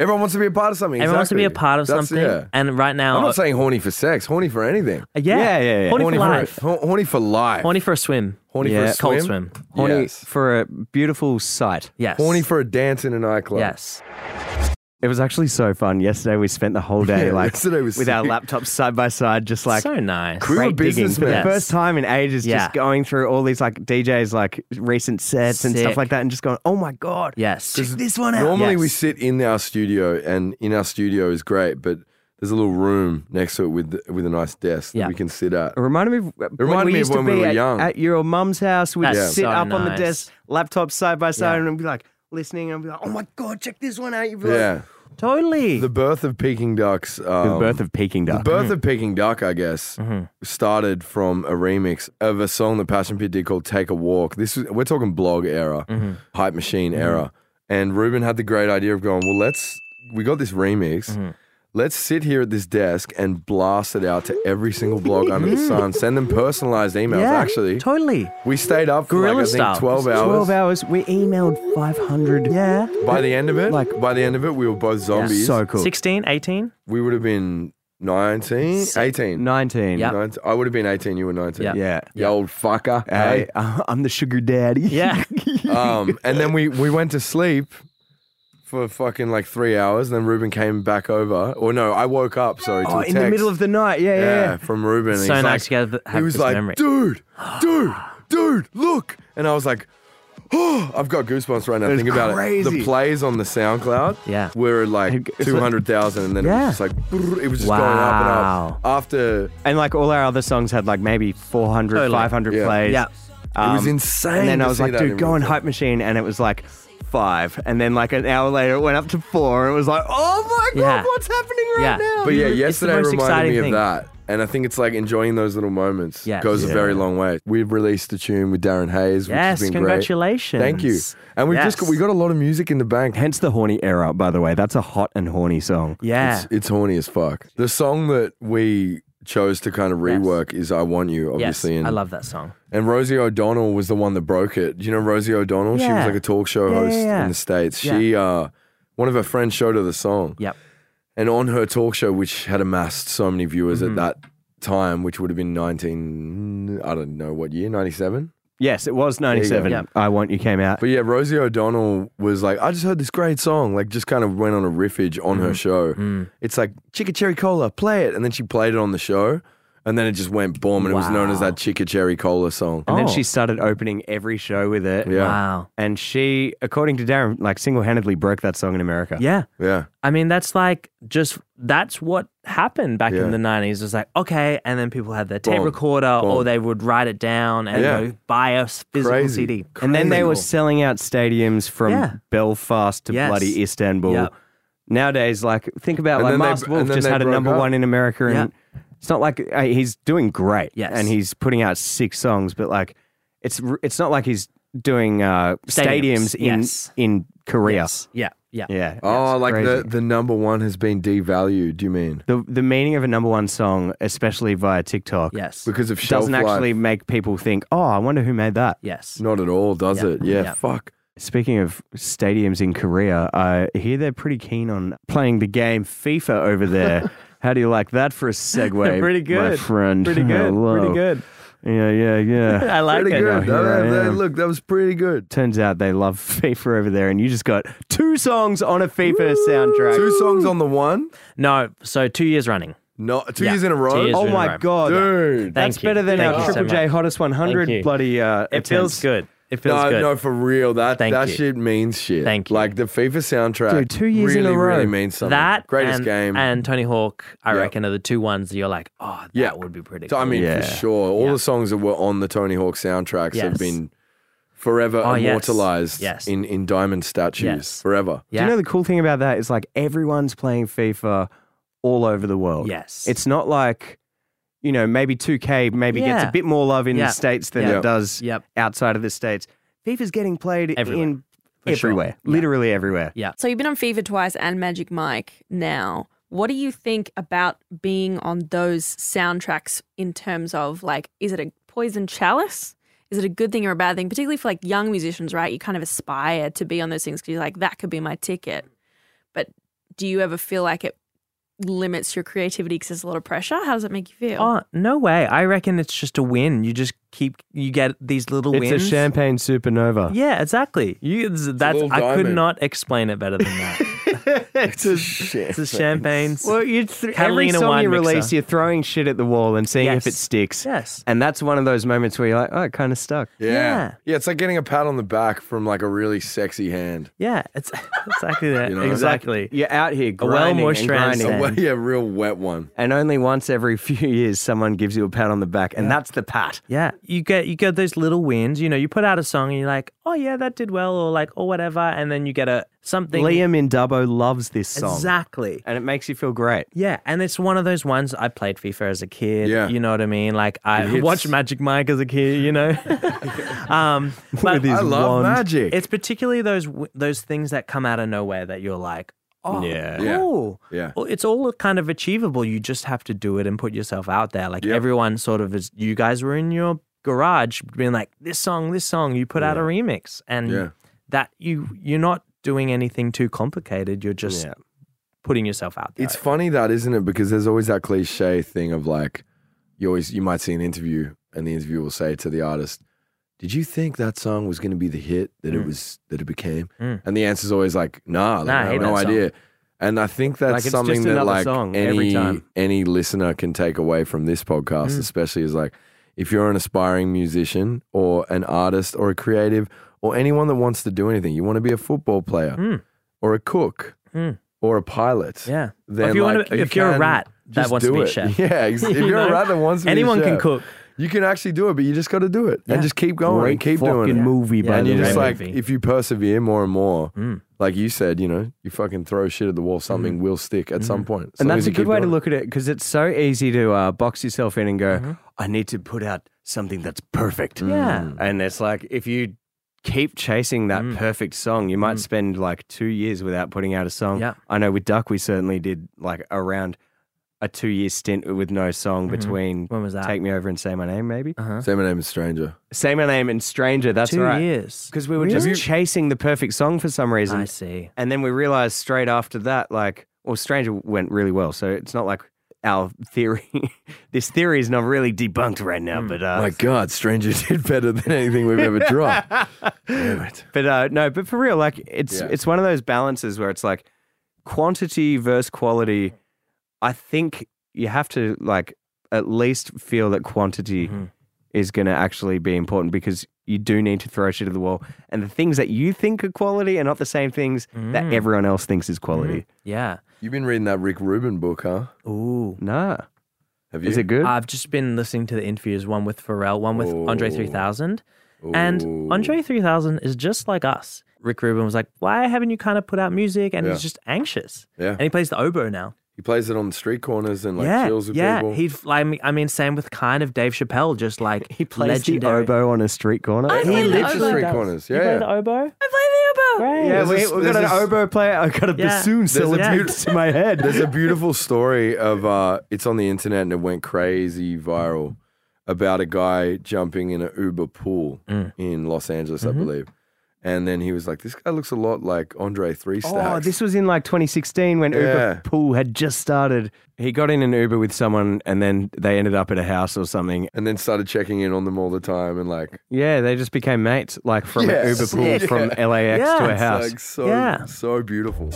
Speaker 3: Everyone wants to be a part of something.
Speaker 6: wants to be a
Speaker 3: exactly.
Speaker 6: part of
Speaker 3: That's-
Speaker 6: something.
Speaker 3: yeah.
Speaker 6: And right now, uh,
Speaker 3: I'm not saying horny for sex. Horny for anything.
Speaker 2: Yeah,
Speaker 6: yeah,
Speaker 2: yeah, yeah.
Speaker 6: Horny, for life.
Speaker 3: For, hor- horny for life.
Speaker 6: Horny for a swim.
Speaker 3: Horny for
Speaker 2: Yeah.
Speaker 3: a swim.
Speaker 6: Cold swim.
Speaker 2: Horny
Speaker 3: Yes.
Speaker 2: for a beautiful sight.
Speaker 6: Yes.
Speaker 3: Horny for a dance in a nightclub.
Speaker 6: Yes.
Speaker 2: It was actually so fun. Yesterday we spent the whole day
Speaker 3: Yeah,
Speaker 2: like
Speaker 3: yesterday was
Speaker 2: with our
Speaker 3: sick.
Speaker 2: laptops side by side, just like
Speaker 6: so nice.
Speaker 3: We were
Speaker 2: crate digging for the
Speaker 3: businessmen.
Speaker 2: first time in ages.
Speaker 6: Yeah.
Speaker 2: Just going through all these like DJs, like recent sets and
Speaker 6: Sick.
Speaker 2: stuff like that, and just going, "Oh my god,
Speaker 6: Yes.
Speaker 2: check this one out!"
Speaker 3: Normally we
Speaker 6: Yes.
Speaker 3: sit in our studio, and in our studio is great, but there's a little room next to it with with a nice desk
Speaker 6: Yeah.
Speaker 3: that we can sit at.
Speaker 2: It reminded me of, it
Speaker 3: reminded
Speaker 2: we
Speaker 3: me of
Speaker 2: used to
Speaker 3: when we
Speaker 2: be
Speaker 3: were
Speaker 2: at,
Speaker 3: young.
Speaker 2: at your mum's house. We'd
Speaker 6: That's
Speaker 2: sit
Speaker 6: so
Speaker 2: up on the
Speaker 6: nice.
Speaker 2: desk, laptops side by side,
Speaker 6: Yeah.
Speaker 2: and be like listening, and be like, "Oh my god, check this one out!" You'd be like,
Speaker 3: Yeah,
Speaker 6: Totally.
Speaker 3: the birth of Peking ducks. Um,
Speaker 2: of Peking
Speaker 3: The birth of Peking Duck, I guess, started from a remix of a song that Passion Pit did called "Take a Walk." This is we're talking blog era, hype machine era, and Ruben had the great idea of going, "Well, let's we got this remix." Let's sit here at this desk and blast it out to every single blog under the sun. Send them personalized emails.
Speaker 6: yeah.
Speaker 3: actually,
Speaker 6: Totally.
Speaker 3: we stayed up for like, I
Speaker 6: Guerrilla
Speaker 3: think
Speaker 6: style.
Speaker 3: twelve hours.
Speaker 2: Twelve hours. We emailed five hundred.
Speaker 6: Yeah.
Speaker 3: By the end of it,
Speaker 2: Like-
Speaker 3: like by the end of it, we were both zombies.
Speaker 2: So cool.
Speaker 6: 16, 18?
Speaker 3: we would have been 19, 18.
Speaker 2: 19.
Speaker 6: Yeah.
Speaker 3: 19 I would have been 18, you were 19.
Speaker 6: Ah. Yeah.
Speaker 2: Yeah.
Speaker 3: You old fucker.
Speaker 2: Hey, I'm the sugar daddy.
Speaker 6: Yeah.
Speaker 3: hey? um, and then we, we went to sleep for fucking like three hours. And then Ruben came back over. Or no, I woke up, sorry, to
Speaker 2: Oh,
Speaker 3: a
Speaker 2: in the
Speaker 3: text.
Speaker 2: middle of the night. Yeah,
Speaker 3: yeah,
Speaker 2: yeah.
Speaker 3: from Ruben. and
Speaker 6: So
Speaker 3: he's
Speaker 6: nice
Speaker 3: like,
Speaker 6: to have- have
Speaker 3: He was
Speaker 6: this
Speaker 3: like,
Speaker 6: memory.
Speaker 3: dude, dude, dude, look. And I was like, oh, I've got goosebumps right now.
Speaker 2: was
Speaker 3: Think about it.
Speaker 2: crazy.
Speaker 3: The plays on the SoundCloud
Speaker 6: Yeah.
Speaker 3: were like
Speaker 2: It's like-
Speaker 3: 200,000. And then
Speaker 6: Yeah.
Speaker 3: it was just like, brrr, it was just going up and
Speaker 6: Wow.
Speaker 3: up. After
Speaker 2: And like all our other songs had like maybe 400,
Speaker 6: Totally.
Speaker 2: 500
Speaker 3: Yeah.
Speaker 2: plays.
Speaker 6: Yeah.
Speaker 2: Um,
Speaker 3: it was insane.
Speaker 2: And then
Speaker 3: to
Speaker 2: I was
Speaker 3: see
Speaker 2: like,
Speaker 3: that
Speaker 2: dude,
Speaker 3: in
Speaker 2: go
Speaker 3: real
Speaker 2: on
Speaker 3: time.
Speaker 2: Hype Machine. And it was like five. And then like an hour later, it went up to four. And it was like, oh my God,
Speaker 6: Yeah.
Speaker 2: what's happening right
Speaker 6: Yeah.
Speaker 2: now?
Speaker 3: But yeah,
Speaker 6: It's the
Speaker 3: yesterday
Speaker 6: most
Speaker 3: reminded me
Speaker 6: exciting
Speaker 3: of
Speaker 6: thing.
Speaker 3: that. And I think it's like enjoying those little moments
Speaker 6: Yes.
Speaker 3: goes a
Speaker 6: Yeah.
Speaker 3: very long way. We've released a tune with Darren Hayes, which
Speaker 6: Yes.
Speaker 3: has been great.
Speaker 6: Congratulations.
Speaker 3: Thank you. And we've just
Speaker 6: Yes.
Speaker 3: got, we got a lot of music in the bank.
Speaker 2: Hence the horny era, by the way. That's a hot and horny song.
Speaker 6: Yeah.
Speaker 3: It's, it's horny as fuck. The song that we chose to kind of rework is "I Want You,"
Speaker 6: yes.
Speaker 3: obviously.
Speaker 6: I
Speaker 3: and,
Speaker 6: love that song.
Speaker 3: and Rosie O'Donnell was the one that broke it. Do you know Rosie O'Donnell? She was
Speaker 6: Yeah.
Speaker 3: like a talk show
Speaker 6: Yeah,
Speaker 3: host
Speaker 6: yeah, yeah.
Speaker 3: in the states.
Speaker 6: Yeah.
Speaker 3: She, uh, one of her friends showed her the song.
Speaker 6: Yep.
Speaker 3: And on her talk show, which had amassed so many viewers
Speaker 6: Mm-hmm.
Speaker 3: at that time, which would have been 19, I don't know what year, 97?
Speaker 2: Yes, it was 97.
Speaker 6: Yep.
Speaker 2: I Want You came out.
Speaker 3: But yeah, Rosie O'Donnell was like, I just heard this great song, like just kind of went on a riffage on
Speaker 6: Mm-hmm.
Speaker 3: her show.
Speaker 6: Mm.
Speaker 3: It's like, Chicka Cherry Cola, play it. And then she played it on the show. And then it just went boom. And it was known as
Speaker 6: Wow.
Speaker 3: that Chicka Cherry Cola song.
Speaker 2: And then
Speaker 6: Oh.
Speaker 2: she started opening every show with it.
Speaker 3: Yeah.
Speaker 6: Wow.
Speaker 2: And she, according to Darren, like single handedly broke that song in America.
Speaker 6: Yeah.
Speaker 3: Yeah.
Speaker 6: I mean, that's like just that's what happened back
Speaker 3: Yeah.
Speaker 6: in the nineties. It was like, okay, and then people had their tape
Speaker 3: Boom.
Speaker 6: recorder
Speaker 3: Boom.
Speaker 6: or they would write it down and
Speaker 3: Yeah.
Speaker 6: you know, buy a s- physical
Speaker 3: Crazy.
Speaker 6: CD.
Speaker 2: And then they were
Speaker 3: Crazy.
Speaker 2: selling out stadiums from
Speaker 6: Yeah.
Speaker 2: Belfast to
Speaker 6: Yes.
Speaker 2: bloody Istanbul.
Speaker 6: Yep.
Speaker 2: Nowadays, like, think about
Speaker 3: And
Speaker 2: like
Speaker 3: then they-
Speaker 2: Mars Wolf
Speaker 3: and then
Speaker 2: just
Speaker 3: they
Speaker 2: had a
Speaker 3: broke
Speaker 2: number
Speaker 3: up.
Speaker 2: one in America. And it's not like uh, he's doing great.
Speaker 6: Yes.
Speaker 2: And he's putting out six songs, but like, it's r- it's not like he's doing uh, stadiums,
Speaker 6: Stadiums,
Speaker 2: in,
Speaker 6: yes.
Speaker 2: in Korea.
Speaker 6: Yeah. Yeah.
Speaker 2: Yeah.
Speaker 3: Oh,
Speaker 2: it's
Speaker 3: like the,
Speaker 2: crazy.
Speaker 3: the number one has been devalued, do you mean?
Speaker 2: the the meaning of a number one song, especially via TikTok,
Speaker 6: Yes.
Speaker 3: Because of shelf
Speaker 2: doesn't
Speaker 3: life.
Speaker 2: actually make people think, "Oh, I wonder who made that."
Speaker 6: yes.
Speaker 3: Not at all, does
Speaker 6: Yeah.
Speaker 3: it? Yeah,
Speaker 6: Yeah.
Speaker 3: fuck.
Speaker 2: Speaking of stadiums in Korea, I hear they're pretty keen on playing the game FIFA over there. How do you like that for a segue?
Speaker 6: Pretty
Speaker 2: my
Speaker 6: good.
Speaker 2: friend.
Speaker 6: Pretty good.
Speaker 2: Hello.
Speaker 6: Pretty good.
Speaker 2: Yeah, yeah, yeah.
Speaker 6: I like
Speaker 3: pretty
Speaker 6: it.
Speaker 3: good.
Speaker 2: Yeah,
Speaker 3: That-
Speaker 2: yeah,
Speaker 3: that-
Speaker 2: yeah.
Speaker 3: look, that was pretty good.
Speaker 2: Turns out they love FIFA over there, and you just got two songs on a FIFA soundtrack.
Speaker 3: Two songs on the one.
Speaker 6: No, so two years running.
Speaker 3: No, two
Speaker 6: Yeah,
Speaker 3: years in a
Speaker 6: two
Speaker 3: row.
Speaker 6: years
Speaker 2: oh
Speaker 6: in a
Speaker 2: my
Speaker 6: row.
Speaker 2: god,
Speaker 3: Dude.
Speaker 2: That's
Speaker 6: Thank you.
Speaker 2: better than
Speaker 6: Thank
Speaker 2: our
Speaker 6: you so
Speaker 2: Triple J
Speaker 6: much.
Speaker 2: Hottest 100
Speaker 6: Thank you.
Speaker 2: bloody. Uh,
Speaker 6: It feels
Speaker 2: attempts.
Speaker 6: good. It feels
Speaker 3: no,
Speaker 6: good.
Speaker 3: no, for real. That
Speaker 6: Thank
Speaker 3: that
Speaker 6: you.
Speaker 3: shit means shit.
Speaker 6: Thank you.
Speaker 3: Like the FIFA soundtrack.
Speaker 2: Dude, two years in
Speaker 3: really,
Speaker 2: a row.
Speaker 3: Really means something.
Speaker 6: that
Speaker 3: greatest
Speaker 6: and,
Speaker 3: game.
Speaker 6: and Tony Hawk, I
Speaker 3: Yeah.
Speaker 6: reckon, are the two ones that you're like, oh, that
Speaker 3: Yeah.
Speaker 6: would be pretty.
Speaker 3: So, I
Speaker 6: cool.
Speaker 3: mean,
Speaker 2: Yeah.
Speaker 3: for sure, all
Speaker 6: Yeah.
Speaker 3: the songs that were on the Tony Hawk soundtracks have
Speaker 6: Yes.
Speaker 3: been forever
Speaker 6: Oh, yes.
Speaker 3: immortalized
Speaker 6: Yes.
Speaker 3: in in diamond statues
Speaker 6: Yes.
Speaker 3: forever.
Speaker 6: yeah.
Speaker 2: Do you know the cool thing about that is like everyone's playing FIFA all over the world.
Speaker 6: yes,
Speaker 2: It's not like, you know, maybe 2K maybe gets
Speaker 6: Yeah.
Speaker 2: a bit more love in
Speaker 6: Yeah.
Speaker 2: the States than
Speaker 3: Yeah.
Speaker 2: it does
Speaker 6: yep,
Speaker 2: outside of the States. FIFA's getting played
Speaker 6: Everywhere.
Speaker 2: in
Speaker 6: For sure.
Speaker 2: everywhere,
Speaker 6: Yeah.
Speaker 2: literally everywhere.
Speaker 6: yeah.
Speaker 5: So you've been on FIFA twice and Magic Mike now. What do you think about being on those soundtracks in terms of like, is it a poison chalice? Is it a good thing or a bad thing? Particularly for like young musicians, right? You kind of aspire to be on those things because you're like, that could be my ticket. But do you ever feel like it limits your creativity because there's a lot of pressure? How does it make you feel?
Speaker 6: Oh no way! I reckon it's just a win. You just keep you get these little
Speaker 2: It's
Speaker 6: wins.
Speaker 2: a champagne supernova.
Speaker 6: Yeah, exactly. You that's
Speaker 3: little
Speaker 6: I could
Speaker 3: diamond.
Speaker 6: not explain it better than that.
Speaker 2: it's a-
Speaker 6: it's a champagne.
Speaker 2: well, you th- every
Speaker 6: Catalina
Speaker 2: song
Speaker 6: wine
Speaker 2: you release,
Speaker 6: mixer.
Speaker 2: you're throwing shit at the wall and seeing
Speaker 6: Yes.
Speaker 2: if it sticks.
Speaker 6: yes.
Speaker 2: And that's one of those moments where you're like, oh, it kind of stuck.
Speaker 3: Yeah.
Speaker 6: Yeah.
Speaker 3: yeah, It's like getting a pat on the back from like a really sexy hand.
Speaker 6: Yeah, it's exactly that.
Speaker 3: You know, it's like-
Speaker 6: exactly.
Speaker 2: You're out here
Speaker 6: A well
Speaker 2: grinding and
Speaker 6: moisturized
Speaker 2: grinding.
Speaker 6: sand.
Speaker 3: Well, yeah, real wet one.
Speaker 2: And only once every few years, someone gives you a pat on the back, and that's the pat.
Speaker 6: Yeah, you get you get those little wins. You know, you put out a song and you're like, oh yeah, that did well, or like, or whatever, and then you get a something.
Speaker 2: Liam in Dubbo loves this song,
Speaker 6: exactly.
Speaker 2: and it makes you feel great.
Speaker 6: Yeah, and it's one of those ones I played FIFA as a kid.
Speaker 3: Yeah.
Speaker 6: you know what I mean. Like I
Speaker 3: It hits.
Speaker 6: watched Magic Mike as a kid. You know, um, but
Speaker 2: With his
Speaker 3: I love
Speaker 2: wand.
Speaker 3: magic.
Speaker 6: it's particularly those w- those things that come out of nowhere that you're like, oh,
Speaker 2: Yeah.
Speaker 3: Yeah.
Speaker 6: cool.
Speaker 3: yeah.
Speaker 6: Well, it's all kind of achievable. You just have to do it and put yourself out there. Like
Speaker 3: Yep.
Speaker 6: everyone sort of is. You guys were in your garage being like, this song, this song. You put out a
Speaker 3: Yeah.
Speaker 6: remix, and
Speaker 3: Yeah.
Speaker 6: that you you're not doing anything too complicated. You're just
Speaker 2: Yeah.
Speaker 6: putting yourself out there.
Speaker 3: It's funny that, isn't it? Because there's always that cliche thing of like, you always you might see an interview and the interviewer will say to the artist, "Did you think that song was going to be the hit that it
Speaker 6: Mm.
Speaker 3: was that it became?"
Speaker 6: Mm.
Speaker 3: And the answer's always like, "Nah, like,
Speaker 6: Nah, I
Speaker 3: I
Speaker 6: hate
Speaker 3: have no
Speaker 6: that song."
Speaker 3: idea." And I think that's
Speaker 2: Like, it's just
Speaker 3: something that
Speaker 2: another
Speaker 3: like
Speaker 2: song
Speaker 3: any
Speaker 2: every time.
Speaker 3: any listener can take away from this podcast,
Speaker 6: Mm.
Speaker 3: especially is like if you're an aspiring musician or an artist or a creative or anyone that wants to do anything, you want to be a football player
Speaker 6: Mm.
Speaker 3: or a cook
Speaker 6: Mm.
Speaker 3: or a pilot
Speaker 6: yeah.
Speaker 3: then
Speaker 6: if you
Speaker 3: like,
Speaker 6: want to,
Speaker 3: you
Speaker 6: if you're a
Speaker 3: can
Speaker 6: rat that
Speaker 3: just
Speaker 6: wants to
Speaker 3: do
Speaker 6: be a
Speaker 3: it.
Speaker 6: chef,
Speaker 3: Yeah, ex- if
Speaker 6: You
Speaker 3: you are
Speaker 6: know?
Speaker 3: a rat that wants to
Speaker 6: anyone
Speaker 3: be a
Speaker 6: can
Speaker 3: chef,
Speaker 6: cook.
Speaker 3: You can actually do it, but you just got to do it
Speaker 6: Yeah.
Speaker 3: and just keep going
Speaker 2: Great
Speaker 3: and keep
Speaker 2: fucking
Speaker 3: doing it.
Speaker 2: movie,
Speaker 6: Yeah.
Speaker 2: by
Speaker 3: And
Speaker 2: the
Speaker 3: you
Speaker 6: you're
Speaker 2: way.
Speaker 3: just
Speaker 6: Great
Speaker 3: like,
Speaker 6: movie.
Speaker 3: if you persevere more and more,
Speaker 6: Mm.
Speaker 3: like you said, you know, you fucking throw shit at the wall, something will stick at
Speaker 6: Mm.
Speaker 3: some point. as
Speaker 2: and
Speaker 3: long
Speaker 2: that's
Speaker 3: as
Speaker 2: a
Speaker 3: you
Speaker 2: good
Speaker 3: keep
Speaker 2: way to
Speaker 3: doing it.
Speaker 2: look at it because it's so easy to uh, box yourself in and go,
Speaker 6: Mm-hmm.
Speaker 2: I need to put out something that's perfect.
Speaker 6: Yeah.
Speaker 2: And it's like, if you keep chasing that
Speaker 6: Mm.
Speaker 2: perfect song, you might spend like two years without putting out a song.
Speaker 6: Yeah.
Speaker 2: I know with Duck, we certainly did like around a two year stint with no song between
Speaker 6: When Mm-hmm. was that?
Speaker 2: Take Me Over and Say My Name, maybe.
Speaker 6: uh-huh.
Speaker 3: Say my name is Stranger.
Speaker 2: Say My Name and Stranger, that's
Speaker 6: Two
Speaker 2: right.
Speaker 6: years.
Speaker 2: Because we were
Speaker 6: Really?
Speaker 2: just chasing the perfect song for some reason.
Speaker 6: I see.
Speaker 2: And then we realized straight after that, like, well, Stranger went really well. So it's not like our theory, this theory is not really debunked right now, but, uh,
Speaker 3: My God, Stranger did better than anything we've ever dropped. Damn it.
Speaker 2: but, uh, no, but for real, like, it's,
Speaker 3: Yeah.
Speaker 2: it's one of those balances where it's like quantity versus quality. I think you have to, like, at least feel that quantity
Speaker 3: Mm-hmm.
Speaker 6: Mhm.
Speaker 2: is going to actually be important because you do need to throw shit at the wall. And the things that you think are quality are not the same things that
Speaker 6: Mm.
Speaker 2: everyone else thinks is quality.
Speaker 6: Mm-hmm. Yeah.
Speaker 3: You've been reading that Rick Rubin book, huh?
Speaker 6: Ooh.
Speaker 2: Nah.
Speaker 3: Mm-hmm. Have you?
Speaker 2: Is it good?
Speaker 6: I've just been listening to the interviews, one with Pharrell, one with Andre
Speaker 3: Ooh.
Speaker 6: 3000. And Andre 3000 is just like us. Rick Rubin was like, Why haven't you kind of put out music? And
Speaker 3: Yeah.
Speaker 6: he's just anxious.
Speaker 3: Yeah.
Speaker 6: And he plays the oboe now.
Speaker 3: He plays it on the street corners and like
Speaker 6: yeah.
Speaker 3: chills with
Speaker 6: yeah.
Speaker 3: people.
Speaker 6: He'd, I, mean, I mean, same with kind of Dave Chappelle, just like
Speaker 2: He plays
Speaker 6: legendary.
Speaker 2: the oboe on a street corner.
Speaker 5: I
Speaker 3: he
Speaker 5: play the
Speaker 3: lives
Speaker 5: oboe.
Speaker 3: the street
Speaker 6: does.
Speaker 3: corners.
Speaker 6: you play
Speaker 3: Yeah.
Speaker 6: the oboe?
Speaker 5: I play the obow.
Speaker 6: Great.
Speaker 2: yeah,
Speaker 3: There's
Speaker 2: we,
Speaker 3: this-
Speaker 2: we've got an
Speaker 3: there's this-
Speaker 2: oboe player. I got a
Speaker 6: Yeah.
Speaker 2: bassoon
Speaker 3: There's a
Speaker 2: celebrated
Speaker 3: beaut-
Speaker 2: to my head.
Speaker 3: There's a beautiful story of uh, it's on the internet and it went crazy viral about a guy jumping in an Uber pool
Speaker 6: Mm.
Speaker 3: in Los Angeles,
Speaker 2: Mm-hmm.
Speaker 3: I believe. And then he was like, "This guy looks a lot like Andre Three Stacks."
Speaker 2: Oh, this was in like 2016 when
Speaker 3: Yeah.
Speaker 2: Uber Pool had just started. He got in an Uber with someone and then they ended up at a house or something.
Speaker 3: and then started checking in on them all the time and like
Speaker 2: Yeah, they just became mates, like from
Speaker 3: Yeah.
Speaker 2: Uber Pool
Speaker 3: Sick.
Speaker 2: from
Speaker 3: Yeah.
Speaker 2: LAX to a
Speaker 6: Yeah.
Speaker 3: it's
Speaker 2: house.
Speaker 3: like so
Speaker 6: Yeah.
Speaker 3: so beautiful.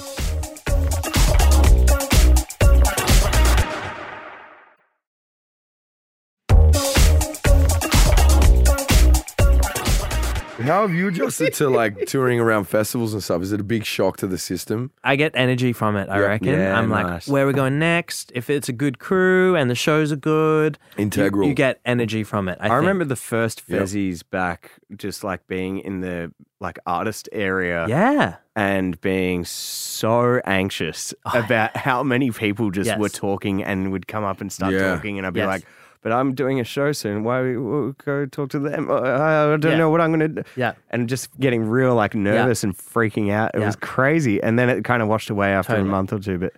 Speaker 3: How have you adjusted to like touring around festivals and stuff? Is it a big shock to the system?
Speaker 6: I get energy from it. I
Speaker 3: Yeah.
Speaker 6: reckon.
Speaker 2: Yeah,
Speaker 6: I'm
Speaker 2: nice.
Speaker 6: like, where are we going next? If it's a good crew and the shows are good, you-
Speaker 3: Integral.
Speaker 6: You, get energy from it. I,
Speaker 2: I,
Speaker 6: think.
Speaker 2: remember the first
Speaker 3: Yep.
Speaker 2: Fezzies back, just like being in the like artist area
Speaker 6: Yeah.
Speaker 2: and being so anxious about how many people just
Speaker 6: Yes.
Speaker 2: were talking and would come up and start
Speaker 3: Yeah.
Speaker 2: talking, and I'd be
Speaker 6: Yes.
Speaker 2: like. But I'm doing a show soon. Why we, we go talk to them? Uh, I I don't
Speaker 6: Yeah.
Speaker 2: know what I'm gonna. do.
Speaker 6: Yeah.
Speaker 2: And just getting real like nervous and freaking out. It
Speaker 6: Yeah.
Speaker 2: was crazy. And then it kind of washed away after
Speaker 6: Totally.
Speaker 2: a month or two. But